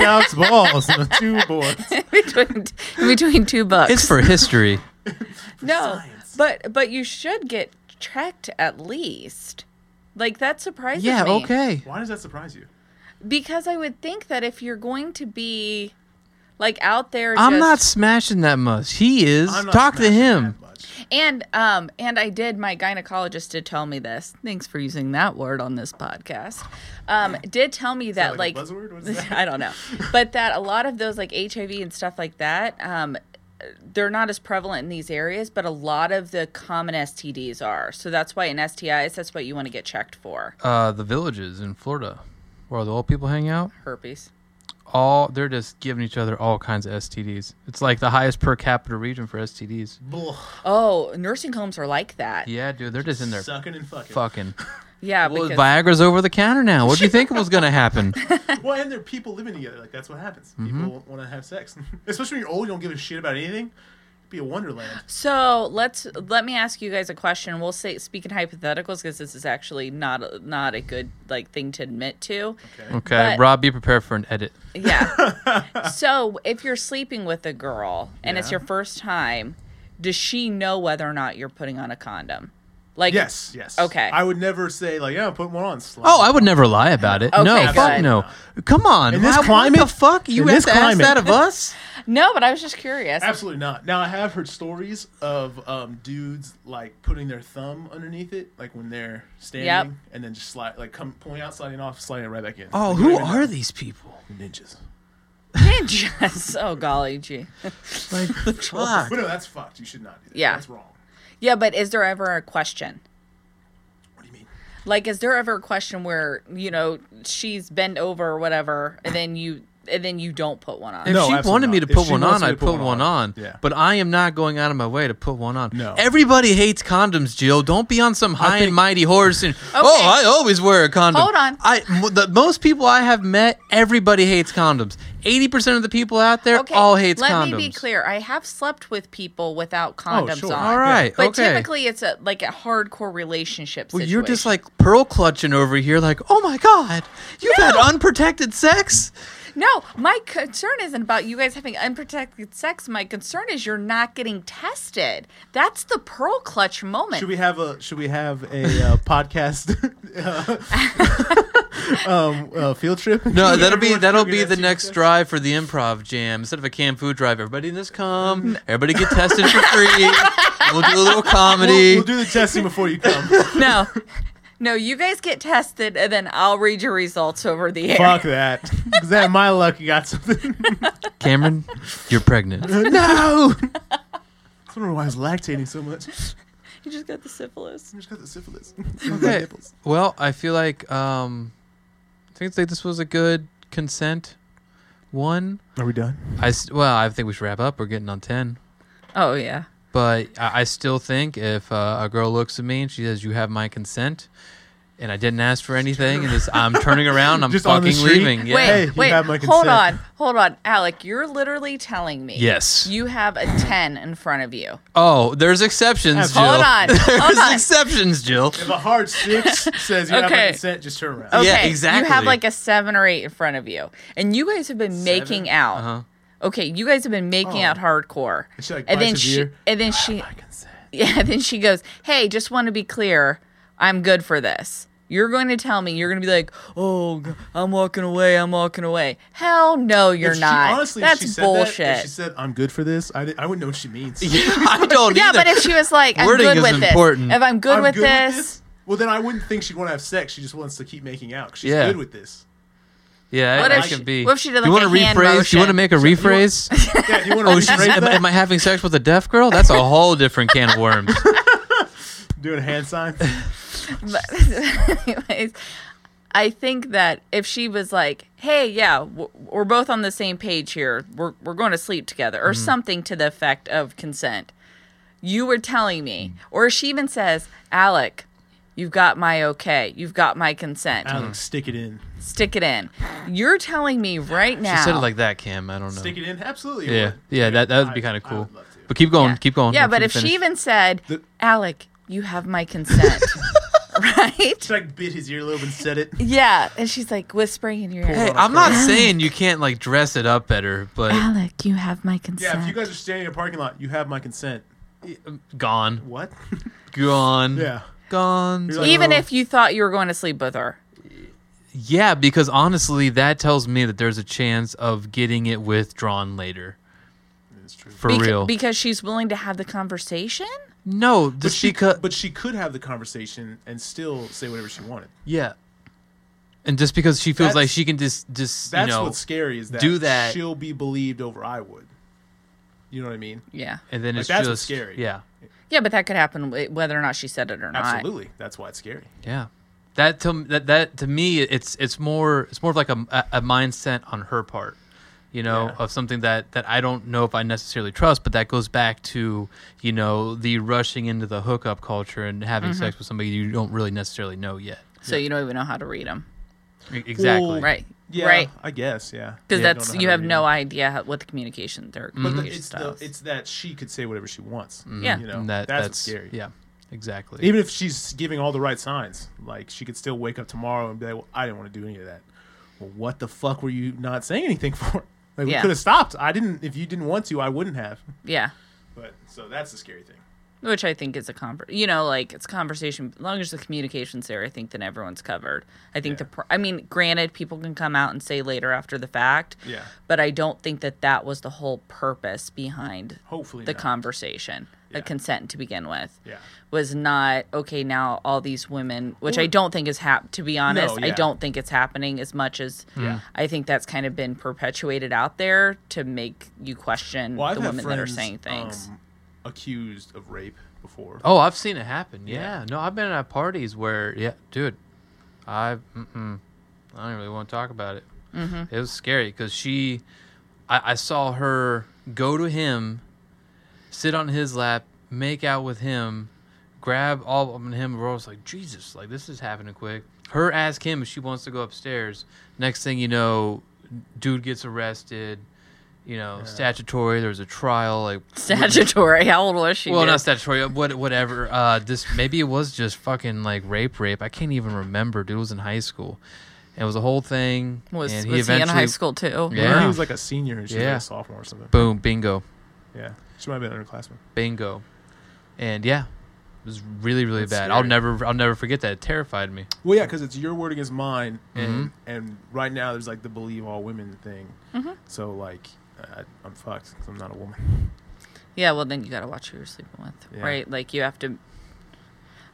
Speaker 3: Alex's balls on the two boards.
Speaker 1: between in between two books.
Speaker 4: It's for history.
Speaker 1: no,
Speaker 3: science.
Speaker 1: but but you should get checked at least. Like that surprises
Speaker 4: yeah,
Speaker 1: me.
Speaker 4: okay.
Speaker 3: Why does that surprise you?
Speaker 1: Because I would think that if you're going to be like out there,
Speaker 4: I'm
Speaker 1: just-
Speaker 4: not smashing that much. He is.
Speaker 3: I'm not
Speaker 4: Talk to
Speaker 3: smashing
Speaker 4: him.
Speaker 3: that much.
Speaker 1: And um and I did my gynecologist did tell me this. Thanks for using that word on this podcast. Um did tell me that,
Speaker 3: like
Speaker 1: like,
Speaker 3: a buzzword? What is that?
Speaker 1: I don't know. But that a lot of those like HIV and stuff like that um they're not as prevalent in these areas, but a lot of the common STDs are. So that's why in STIs, that's what you want to get checked for
Speaker 4: Uh, the villages in Florida, where all the old people hang out.
Speaker 1: herpes.
Speaker 4: all they're just giving each other all kinds of STDs. It's like the highest per capita region for STDs.
Speaker 3: Bull.
Speaker 1: Oh, nursing homes are like that. Yeah,
Speaker 4: Yeah, dude, they're just in there
Speaker 3: Sucking and fucking.
Speaker 4: fucking. Well,
Speaker 1: because
Speaker 4: Viagra's over the counter now. What do you think was gonna happen?
Speaker 3: Well, and there are people living together. Like, that's what happens.
Speaker 4: Mm-hmm.
Speaker 3: People want to have sex. Especially when you're old, you don't give a shit about anything. It'd be a wonderland.
Speaker 1: So let's let me ask you guys a question. We'll say speak in hypotheticals because this is actually not a, not a good like thing to admit to.
Speaker 3: Okay.
Speaker 4: Okay,
Speaker 1: But-
Speaker 4: Rob, be prepared for an edit.
Speaker 1: Yeah. so if you're sleeping with a girl and it's your first time, does she know whether or not you're putting on a condom? Like
Speaker 3: Yes, yes.
Speaker 1: Okay.
Speaker 3: I would never say, like, yeah, I'm putting one on. Slap.
Speaker 4: Oh, I would never lie about it. no,
Speaker 1: Okay,
Speaker 4: fuck
Speaker 1: good.
Speaker 4: no. Come on,
Speaker 3: In this
Speaker 4: Rob,
Speaker 3: climate?
Speaker 4: what the fuck you
Speaker 3: In
Speaker 4: have
Speaker 3: this
Speaker 4: to ask
Speaker 3: climate?
Speaker 4: that of us?
Speaker 1: No, but I was just curious.
Speaker 3: Absolutely not. Now I have heard stories of um, dudes like putting their thumb underneath it, like when they're standing,
Speaker 1: Yep.
Speaker 3: and then just slide, like come pulling out, sliding off, sliding it right back in.
Speaker 4: Oh,
Speaker 3: Like,
Speaker 4: who
Speaker 3: you don't
Speaker 4: are these people?
Speaker 3: even know. ninjas?
Speaker 1: Ninjas. Oh golly gee.
Speaker 4: Like, fuck.
Speaker 3: But no, that's fucked. You should not do that.
Speaker 1: Yeah.
Speaker 3: that's wrong.
Speaker 1: Yeah, but is there ever a question?
Speaker 3: What do you mean?
Speaker 1: Like, is there ever a question where you know she's bent over or whatever, and then you and then you don't put one on?
Speaker 4: If
Speaker 3: No,
Speaker 4: she
Speaker 3: absolutely
Speaker 4: wanted me to
Speaker 3: not.
Speaker 4: put
Speaker 3: If she
Speaker 4: one
Speaker 3: wants
Speaker 4: on,
Speaker 3: me to
Speaker 4: I'd put one, on.
Speaker 3: Yeah.
Speaker 4: But I am not going out of my way to put one on.
Speaker 3: No.
Speaker 4: Everybody hates condoms, Jill. Don't be on some high and
Speaker 3: think-
Speaker 4: mighty horse and oh, I always wear a condom.
Speaker 1: Hold on.
Speaker 4: I m- the most people I have met, everybody hates condoms. Eighty percent of the people out there all hates
Speaker 1: let
Speaker 4: condoms. Oh,
Speaker 1: me be clear. I have slept with people without condoms
Speaker 3: sure.
Speaker 1: on.
Speaker 4: All right.
Speaker 1: But
Speaker 4: okay.
Speaker 1: typically, it's a like a hardcore relationship.
Speaker 4: well,
Speaker 1: situation.
Speaker 4: you're just like pearl clutching over here, like, oh my god, you've had unprotected sex.
Speaker 1: no. My concern isn't about you guys having unprotected sex. My concern is you're not getting tested. That's the pearl clutch moment.
Speaker 3: Should we have a Should we have a uh, podcast? uh, um, uh, field trip.
Speaker 4: No, that'll be
Speaker 3: Everyone
Speaker 4: that'll
Speaker 3: figured
Speaker 4: be
Speaker 3: that
Speaker 4: the
Speaker 3: too.
Speaker 4: next drive for the improv jam. Instead of a canned food drive, everybody in this come.
Speaker 3: Mm.
Speaker 4: Everybody get tested for free. We'll do a
Speaker 3: We'll,
Speaker 4: little comedy.
Speaker 3: we'll do the testing before you come.
Speaker 1: No. No, you guys get tested and then I'll read your results over the air.
Speaker 3: Fuck that. Is that my luck? You got something?
Speaker 4: Cameron, you're pregnant.
Speaker 3: no. I wonder why I was lactating so much. I
Speaker 1: You just got the syphilis.
Speaker 3: just got the syphilis.
Speaker 4: Okay. Well, I feel like um, I think that this was a good consent one.
Speaker 3: Are we done?
Speaker 4: I s- well, I think we should wrap up. We're getting on ten.
Speaker 1: Oh yeah.
Speaker 4: But I, I still think if uh, a girl looks at me and she says, "You have my consent," and I didn't ask for anything, and this, I'm turning around, I'm
Speaker 3: Just on the
Speaker 4: fucking
Speaker 3: street?
Speaker 4: leaving. Yeah.
Speaker 1: Wait,
Speaker 3: Hey, you
Speaker 1: wait.
Speaker 3: have my
Speaker 1: hold
Speaker 3: consent.
Speaker 1: on. Hold on. Alec, you're literally telling me.
Speaker 4: Yes.
Speaker 1: You have a 10 in front of you.
Speaker 4: Oh, there's exceptions, Jill.
Speaker 3: Absolutely.
Speaker 1: Hold on,
Speaker 4: There's
Speaker 1: hold on.
Speaker 4: exceptions, Jill.
Speaker 3: If a hard six says you have my
Speaker 1: Okay.
Speaker 3: consent, just turn around.
Speaker 1: Okay.
Speaker 4: Yeah,
Speaker 1: You have
Speaker 4: exactly.
Speaker 1: like a 7 or 8 in front of you. And you guys have been making out.
Speaker 4: Uh-huh.
Speaker 1: Okay, you guys have been making out hardcore.
Speaker 3: Oh. And she, like,
Speaker 1: and then
Speaker 3: bites his
Speaker 1: she
Speaker 3: ear.
Speaker 1: and then she Yeah, then she goes, "Hey, just want to be clear, I'm good for this." You're going to tell me you're going to be like, "Oh, g- I'm walking away. I'm walking away." Hell no, you're
Speaker 3: If she-
Speaker 1: not.
Speaker 3: honestly, if
Speaker 1: That's
Speaker 3: she said that, if
Speaker 1: bullshit.
Speaker 3: she said, "I'm good for this," I, di- I wouldn't know what she means.
Speaker 4: I don't
Speaker 1: yeah,
Speaker 4: either.
Speaker 1: but if she was like, "I'm
Speaker 4: Wording
Speaker 1: good
Speaker 4: is
Speaker 1: with this,"
Speaker 4: important.
Speaker 1: if I'm good,
Speaker 3: I'm
Speaker 1: with,
Speaker 3: good
Speaker 1: this,
Speaker 3: Well, then I wouldn't think she'd want to have sex. She just wants to keep making out. 'cause She's
Speaker 4: Yeah.
Speaker 3: good with this.
Speaker 4: yeah,
Speaker 1: What
Speaker 4: I
Speaker 1: if
Speaker 4: can
Speaker 1: she-
Speaker 4: be.
Speaker 1: what if she did,
Speaker 4: you
Speaker 1: like,
Speaker 4: wanna
Speaker 1: a hand
Speaker 4: rephrase? You want to
Speaker 1: motion?
Speaker 4: make a rephrase?
Speaker 3: Yeah, do you want to
Speaker 4: oh, she's, am, am I having sex with a deaf girl? That's a whole different can of worms.
Speaker 3: doing a hand sign?
Speaker 4: Mm.
Speaker 1: But anyways, I think that if she was like, "Hey, yeah, w- we're both on the same page here. We're we're going to sleep together,"
Speaker 4: Mm-hmm.
Speaker 1: or something to the effect of consent, you were telling me, or she even says, "Alec." You've got my okay. You've got my consent.
Speaker 3: Alex, stick it in.
Speaker 4: Mm.
Speaker 1: Stick it in. You're telling me right now.
Speaker 4: She said it like that, Kim. I don't know.
Speaker 3: Stick it in. Absolutely. it
Speaker 4: Yeah,
Speaker 3: would.
Speaker 4: yeah, that that would be
Speaker 3: I-
Speaker 4: kind of
Speaker 3: I
Speaker 4: cool.
Speaker 3: would love to.
Speaker 4: But keep going,
Speaker 1: Yeah.
Speaker 4: keep going.
Speaker 1: Yeah,
Speaker 4: Let
Speaker 1: but
Speaker 4: you
Speaker 1: if she
Speaker 4: finish.
Speaker 1: even said,
Speaker 3: The-
Speaker 1: "Alec, you have my consent," right?
Speaker 3: She like bit his earlobe and said it.
Speaker 1: Yeah, and she's like whispering in your ear.
Speaker 4: Hey, I'm not saying you can't like dress it up better, but
Speaker 1: Alec, you have my consent.
Speaker 3: Yeah, if you guys are standing in a parking lot, you have my consent.
Speaker 4: gone,
Speaker 3: What?
Speaker 4: gone,
Speaker 3: yeah.
Speaker 4: gone.
Speaker 3: You're like,
Speaker 1: Even
Speaker 3: oh,
Speaker 1: if you thought you were going to sleep with her.
Speaker 4: Yeah, because honestly, that tells me that there's a chance of getting it withdrawn later.
Speaker 3: it's true.
Speaker 4: For
Speaker 1: Beca-
Speaker 4: real.
Speaker 1: Because she's willing to have the conversation?
Speaker 4: no,
Speaker 3: But
Speaker 4: just
Speaker 3: she,
Speaker 4: because.
Speaker 3: but she could have the conversation and still say whatever she wanted.
Speaker 4: yeah. And just because she feels like
Speaker 3: That's-
Speaker 4: she can just, just you
Speaker 3: That's
Speaker 4: know,
Speaker 3: what's scary is that
Speaker 4: do that.
Speaker 3: she'll be believed over I would. You know what I mean?
Speaker 1: Yeah.
Speaker 4: and then
Speaker 3: like,
Speaker 4: it's
Speaker 3: that's
Speaker 4: just
Speaker 3: what's scary.
Speaker 4: Yeah,
Speaker 1: Yeah, but that could happen wh- whether or not she said it or not.
Speaker 3: Absolutely. That's why it's scary.
Speaker 4: yeah. That to that that to me, it's it's more it's more of like a, a mindset on her part, you know,
Speaker 3: Yeah.
Speaker 4: of something that that I don't know if I necessarily trust. But that goes back to you know the rushing into the hookup culture and having
Speaker 3: Mm-hmm.
Speaker 4: sex with somebody you don't really necessarily know yet.
Speaker 1: So you don't even know how to read them.
Speaker 4: E- Exactly.
Speaker 3: Well,
Speaker 1: Right.
Speaker 3: Yeah,
Speaker 1: Right.
Speaker 3: I guess, yeah.
Speaker 1: Because
Speaker 3: Yeah,
Speaker 1: that's
Speaker 3: don't know
Speaker 1: you
Speaker 3: how to
Speaker 1: have
Speaker 3: read
Speaker 1: no
Speaker 3: it.
Speaker 1: idea how, what the communication their
Speaker 3: But the,
Speaker 1: communication
Speaker 3: it's the,
Speaker 1: styles.
Speaker 3: it's that she could say whatever she wants.
Speaker 1: Yeah.
Speaker 3: You know,
Speaker 4: And that,
Speaker 3: that's,
Speaker 4: that's,
Speaker 3: what's scary.
Speaker 4: Yeah, exactly.
Speaker 3: Even if she's giving all the right signs, like she could still wake up tomorrow and be like, well, I didn't want to do any of that. Well, what the fuck were you not saying anything for? Like, we
Speaker 1: Yeah.
Speaker 3: could have stopped. I didn't, if you didn't want to, I wouldn't have.
Speaker 1: yeah.
Speaker 3: But so that's the scary thing.
Speaker 1: Which I think is a conver- you know, like it's a conversation. As long as the communication's there, I think then everyone's covered. I think the, pr- I mean, granted, people can come out and say later after the fact.
Speaker 3: Yeah.
Speaker 1: But I don't think that that was the whole purpose behind
Speaker 3: Hopefully,
Speaker 1: the
Speaker 3: not.
Speaker 1: conversation, the
Speaker 3: Yeah.
Speaker 1: consent to begin with.
Speaker 3: Yeah.
Speaker 1: Was not okay. Now all these women, which I don't think is hap. To be honest, I
Speaker 3: yeah.
Speaker 1: don't think it's happening as much as
Speaker 3: Yeah.
Speaker 1: I think that's kind of been perpetuated out there to make you question
Speaker 3: Well, I've
Speaker 1: the
Speaker 3: had
Speaker 1: women
Speaker 3: friends
Speaker 1: that are saying things.
Speaker 3: um, accused of rape before.
Speaker 4: oh, I've seen it happen. Yeah. No, I've been at parties where, yeah, dude, I, mm-mm, I don't really want to talk about it. Mm-hmm. It was scary because she, I, I saw her go to him, sit on his lap, make out with him, grab all of him. We're always like, Jesus, like this is happening quick. Her ask him if she wants to go upstairs. Next thing you know, dude gets arrested. You know, statutory. There's a trial. Like
Speaker 1: Statutory. How old was she?
Speaker 4: well,
Speaker 1: dude?
Speaker 4: not statutory. uh, What, whatever. Uh, this maybe it was just fucking like rape, rape. I can't even remember. Dude it was in high school, and it was a whole thing.
Speaker 1: Was,
Speaker 4: and
Speaker 1: was he in high
Speaker 4: eventually-
Speaker 1: school too?
Speaker 3: I remember
Speaker 4: Yeah.
Speaker 3: He was like a senior and she was like
Speaker 4: Yeah.
Speaker 3: a sophomore or something.
Speaker 4: Boom, bingo,
Speaker 3: Yeah. She might have been an underclassman.
Speaker 4: bingo, and yeah, was really really
Speaker 1: That's
Speaker 4: bad. I'll
Speaker 1: scary.
Speaker 4: never I'll never forget that. It terrified me.
Speaker 3: Well, yeah, because it's your word against mine,
Speaker 4: Mm-hmm.
Speaker 3: and and right now there's like the believe all women thing.
Speaker 1: Mm-hmm.
Speaker 3: So like, I, I'm fucked 'cause I'm not a woman.
Speaker 1: Yeah, well, then you got to watch who you're sleeping with,
Speaker 3: Yeah.
Speaker 1: right? Like, you have to.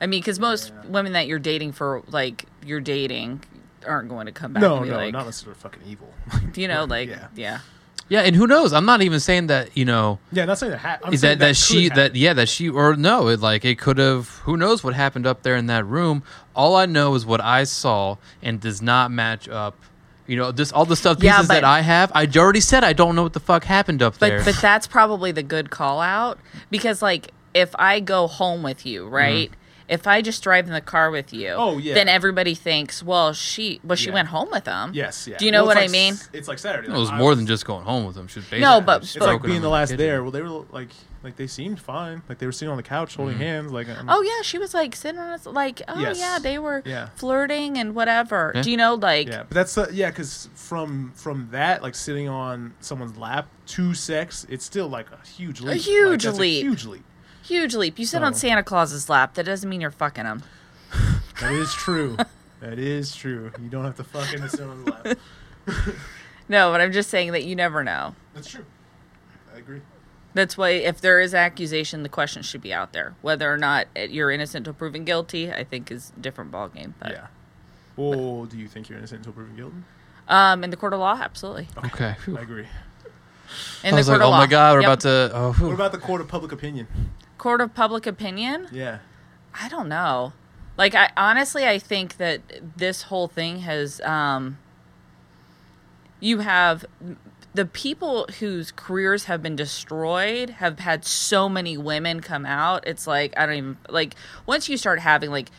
Speaker 1: I mean, because most women that you're dating for, like, you're dating aren't going to come back
Speaker 3: No,
Speaker 1: and be
Speaker 3: no,
Speaker 1: like,
Speaker 3: not unless they're fucking evil.
Speaker 1: you know, like, yeah.
Speaker 3: Yeah.
Speaker 4: Yeah, and who knows? I'm not even saying that you know
Speaker 3: yeah, not saying that. Ha- I'm
Speaker 4: is
Speaker 3: saying
Speaker 4: that that, she
Speaker 3: could
Speaker 4: that yeah that she or no it like it could have who knows what happened up there in that room. All I know is what I saw and does not match up. You know this all the stuff
Speaker 1: Yeah,
Speaker 4: pieces that
Speaker 1: but-
Speaker 4: I have. I already said I don't know what the fuck happened up there.
Speaker 1: But but that's probably the good call out because like if I go home with you, right? If I just drive in the car with you,
Speaker 3: Oh, yeah.
Speaker 1: then everybody thinks, well, she well she
Speaker 3: Yeah.
Speaker 1: went home with him.
Speaker 3: Yes. Yeah.
Speaker 1: Do you know
Speaker 3: Well, it's
Speaker 1: what
Speaker 3: like
Speaker 1: I mean?
Speaker 3: s- It's like Saturday.
Speaker 4: it was
Speaker 3: Like, I
Speaker 4: more than just going home with them. She was
Speaker 1: No,
Speaker 4: basically
Speaker 1: but-
Speaker 4: just
Speaker 3: It's like
Speaker 4: choking
Speaker 3: being
Speaker 4: him
Speaker 3: the
Speaker 4: in
Speaker 3: last
Speaker 4: kitchen.
Speaker 3: there. Well, they were like, like they seemed fine. Like they were sitting on the couch
Speaker 4: Mm-hmm.
Speaker 3: holding hands. Like, I'm-
Speaker 1: Oh yeah, she was like sitting on us like, oh
Speaker 3: Yes.
Speaker 1: yeah, they were
Speaker 3: Yeah.
Speaker 1: flirting and whatever.
Speaker 4: Yeah.
Speaker 1: Do you know like
Speaker 3: yeah. But that's uh, yeah, because from from that, like sitting on someone's lap to sex, it's still like a huge leap. Like,
Speaker 1: huge
Speaker 3: that's
Speaker 1: leap.
Speaker 3: A huge leap.
Speaker 1: huge leap? You sit on
Speaker 3: So-
Speaker 1: Santa Claus's lap. That doesn't mean you're fucking him.
Speaker 3: That is true. that is true. You don't have to fucking assume on the lap.
Speaker 1: No, but I'm just saying that you never know.
Speaker 3: That's true. I agree.
Speaker 1: That's why if there is accusation, the question should be out there. Whether or not it- you're innocent until proven guilty, I think is a different ballgame. But
Speaker 3: Yeah. Well, do you think you're innocent until proven guilty?
Speaker 1: um, in the court of law, absolutely.
Speaker 4: Okay.
Speaker 3: I agree.
Speaker 1: In
Speaker 4: I
Speaker 1: the
Speaker 4: was
Speaker 1: court of
Speaker 4: like, oh
Speaker 1: law.
Speaker 4: my god, we're
Speaker 1: Yep.
Speaker 4: about to. Oh, whew.
Speaker 3: What about the court of public opinion?
Speaker 1: court of public opinion.
Speaker 3: Yeah.
Speaker 1: I don't know. Like I honestly I think that this whole thing has um you have the people whose careers have been destroyed have had so many women come out. It's like I don't even like once you start having like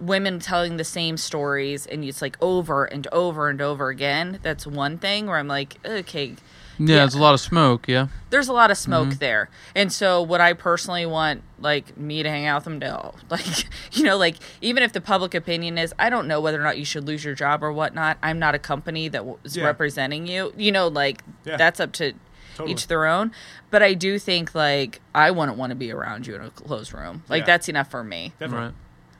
Speaker 1: women telling the same stories and it's like over and over and over again, that's one thing where I'm like, okay,
Speaker 4: yeah, it's a lot of smoke. Yeah.
Speaker 1: there's a lot of smoke
Speaker 3: Mm-hmm.
Speaker 1: there. And so would I personally want like me to hang out with them? No. Like you know, like even if the public opinion is I don't know whether or not you should lose your job or whatnot. I'm not a company that w- is
Speaker 3: Yeah.
Speaker 1: representing you. You know, like
Speaker 3: Yeah.
Speaker 1: that's up to
Speaker 3: Totally.
Speaker 1: each their own. But I do think like I wouldn't want to be around you in a closed room. Like
Speaker 3: Yeah.
Speaker 1: that's enough for me.
Speaker 3: Definitely.
Speaker 4: Right.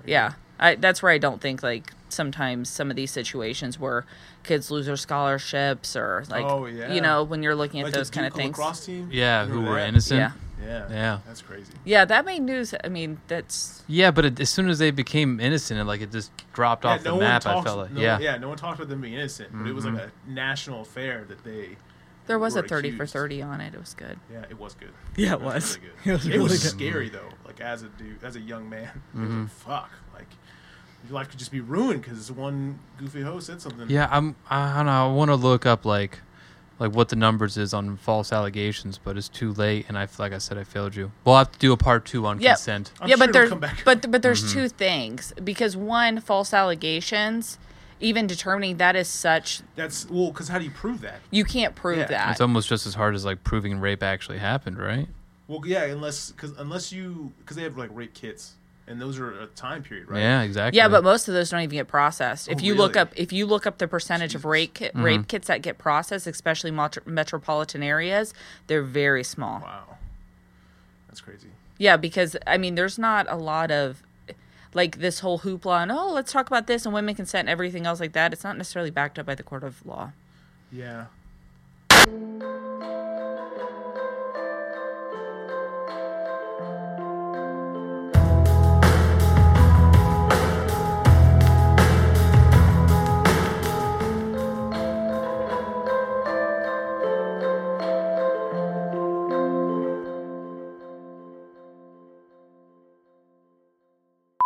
Speaker 1: Yeah. I, that's where I don't think like sometimes some of these situations where kids lose their scholarships or like
Speaker 3: Oh, yeah.
Speaker 1: you know when you're looking at
Speaker 3: Like the
Speaker 1: those kind of
Speaker 3: Duke
Speaker 1: things.
Speaker 3: Lacrosse team.
Speaker 4: Yeah,
Speaker 3: You
Speaker 4: who
Speaker 3: remember
Speaker 4: were
Speaker 3: that?
Speaker 4: innocent.
Speaker 1: Yeah.
Speaker 3: Yeah.
Speaker 4: Yeah.
Speaker 3: That's crazy.
Speaker 1: Yeah, that made news. I mean, that's
Speaker 4: Yeah, but it, as soon as they became innocent, it, like it just dropped off the map. I felt like,
Speaker 3: no,
Speaker 4: yeah. Mm-hmm.
Speaker 3: yeah, no one talked about them being innocent, but it was like a national affair that they.
Speaker 1: there was a
Speaker 3: were
Speaker 1: thirty for
Speaker 3: accused.
Speaker 1: thirty on it. It was good.
Speaker 3: Yeah, it was good.
Speaker 2: Yeah, it
Speaker 3: It was
Speaker 2: was.
Speaker 3: really
Speaker 2: It
Speaker 3: good. It was,
Speaker 2: was really good.
Speaker 3: scary though. Like as a dude, as a young man, it
Speaker 4: Mm-hmm.
Speaker 3: was like, fuck, like your life could just be ruined because one goofy hoe said something.
Speaker 4: Yeah, I'm. I don't know. I want to look up like, like what the numbers is on false allegations, but it's too late. And I, f- like I said, I failed you. We'll have to do a part two on
Speaker 1: Yeah.
Speaker 4: consent.
Speaker 3: I'm
Speaker 1: yeah,
Speaker 3: sure
Speaker 1: but
Speaker 3: it'll
Speaker 1: there's
Speaker 3: come back. Mm-hmm.
Speaker 1: but but there's two things because one false allegations, even determining that is such
Speaker 3: that's well, because how do you prove that?
Speaker 1: you can't prove
Speaker 3: Yeah.
Speaker 1: that.
Speaker 4: It's almost just as hard as like proving rape actually happened, right?
Speaker 3: Well, yeah, unless because unless you because they have like rape kits and those are a time period, right?
Speaker 4: Yeah, exactly.
Speaker 1: yeah, but most of those don't even get processed. If
Speaker 3: Oh,
Speaker 1: you look
Speaker 3: really? Mm-hmm.
Speaker 1: up if you look up the percentage of rape ki- rape kits that get processed, especially mot- metropolitan areas, they're very small.
Speaker 3: Wow, that's crazy.
Speaker 1: Yeah, because I mean, there's not a lot of like this whole hoopla and oh, let's talk about this and women consent and everything else like that. It's not necessarily backed up by the court of law.
Speaker 3: Yeah.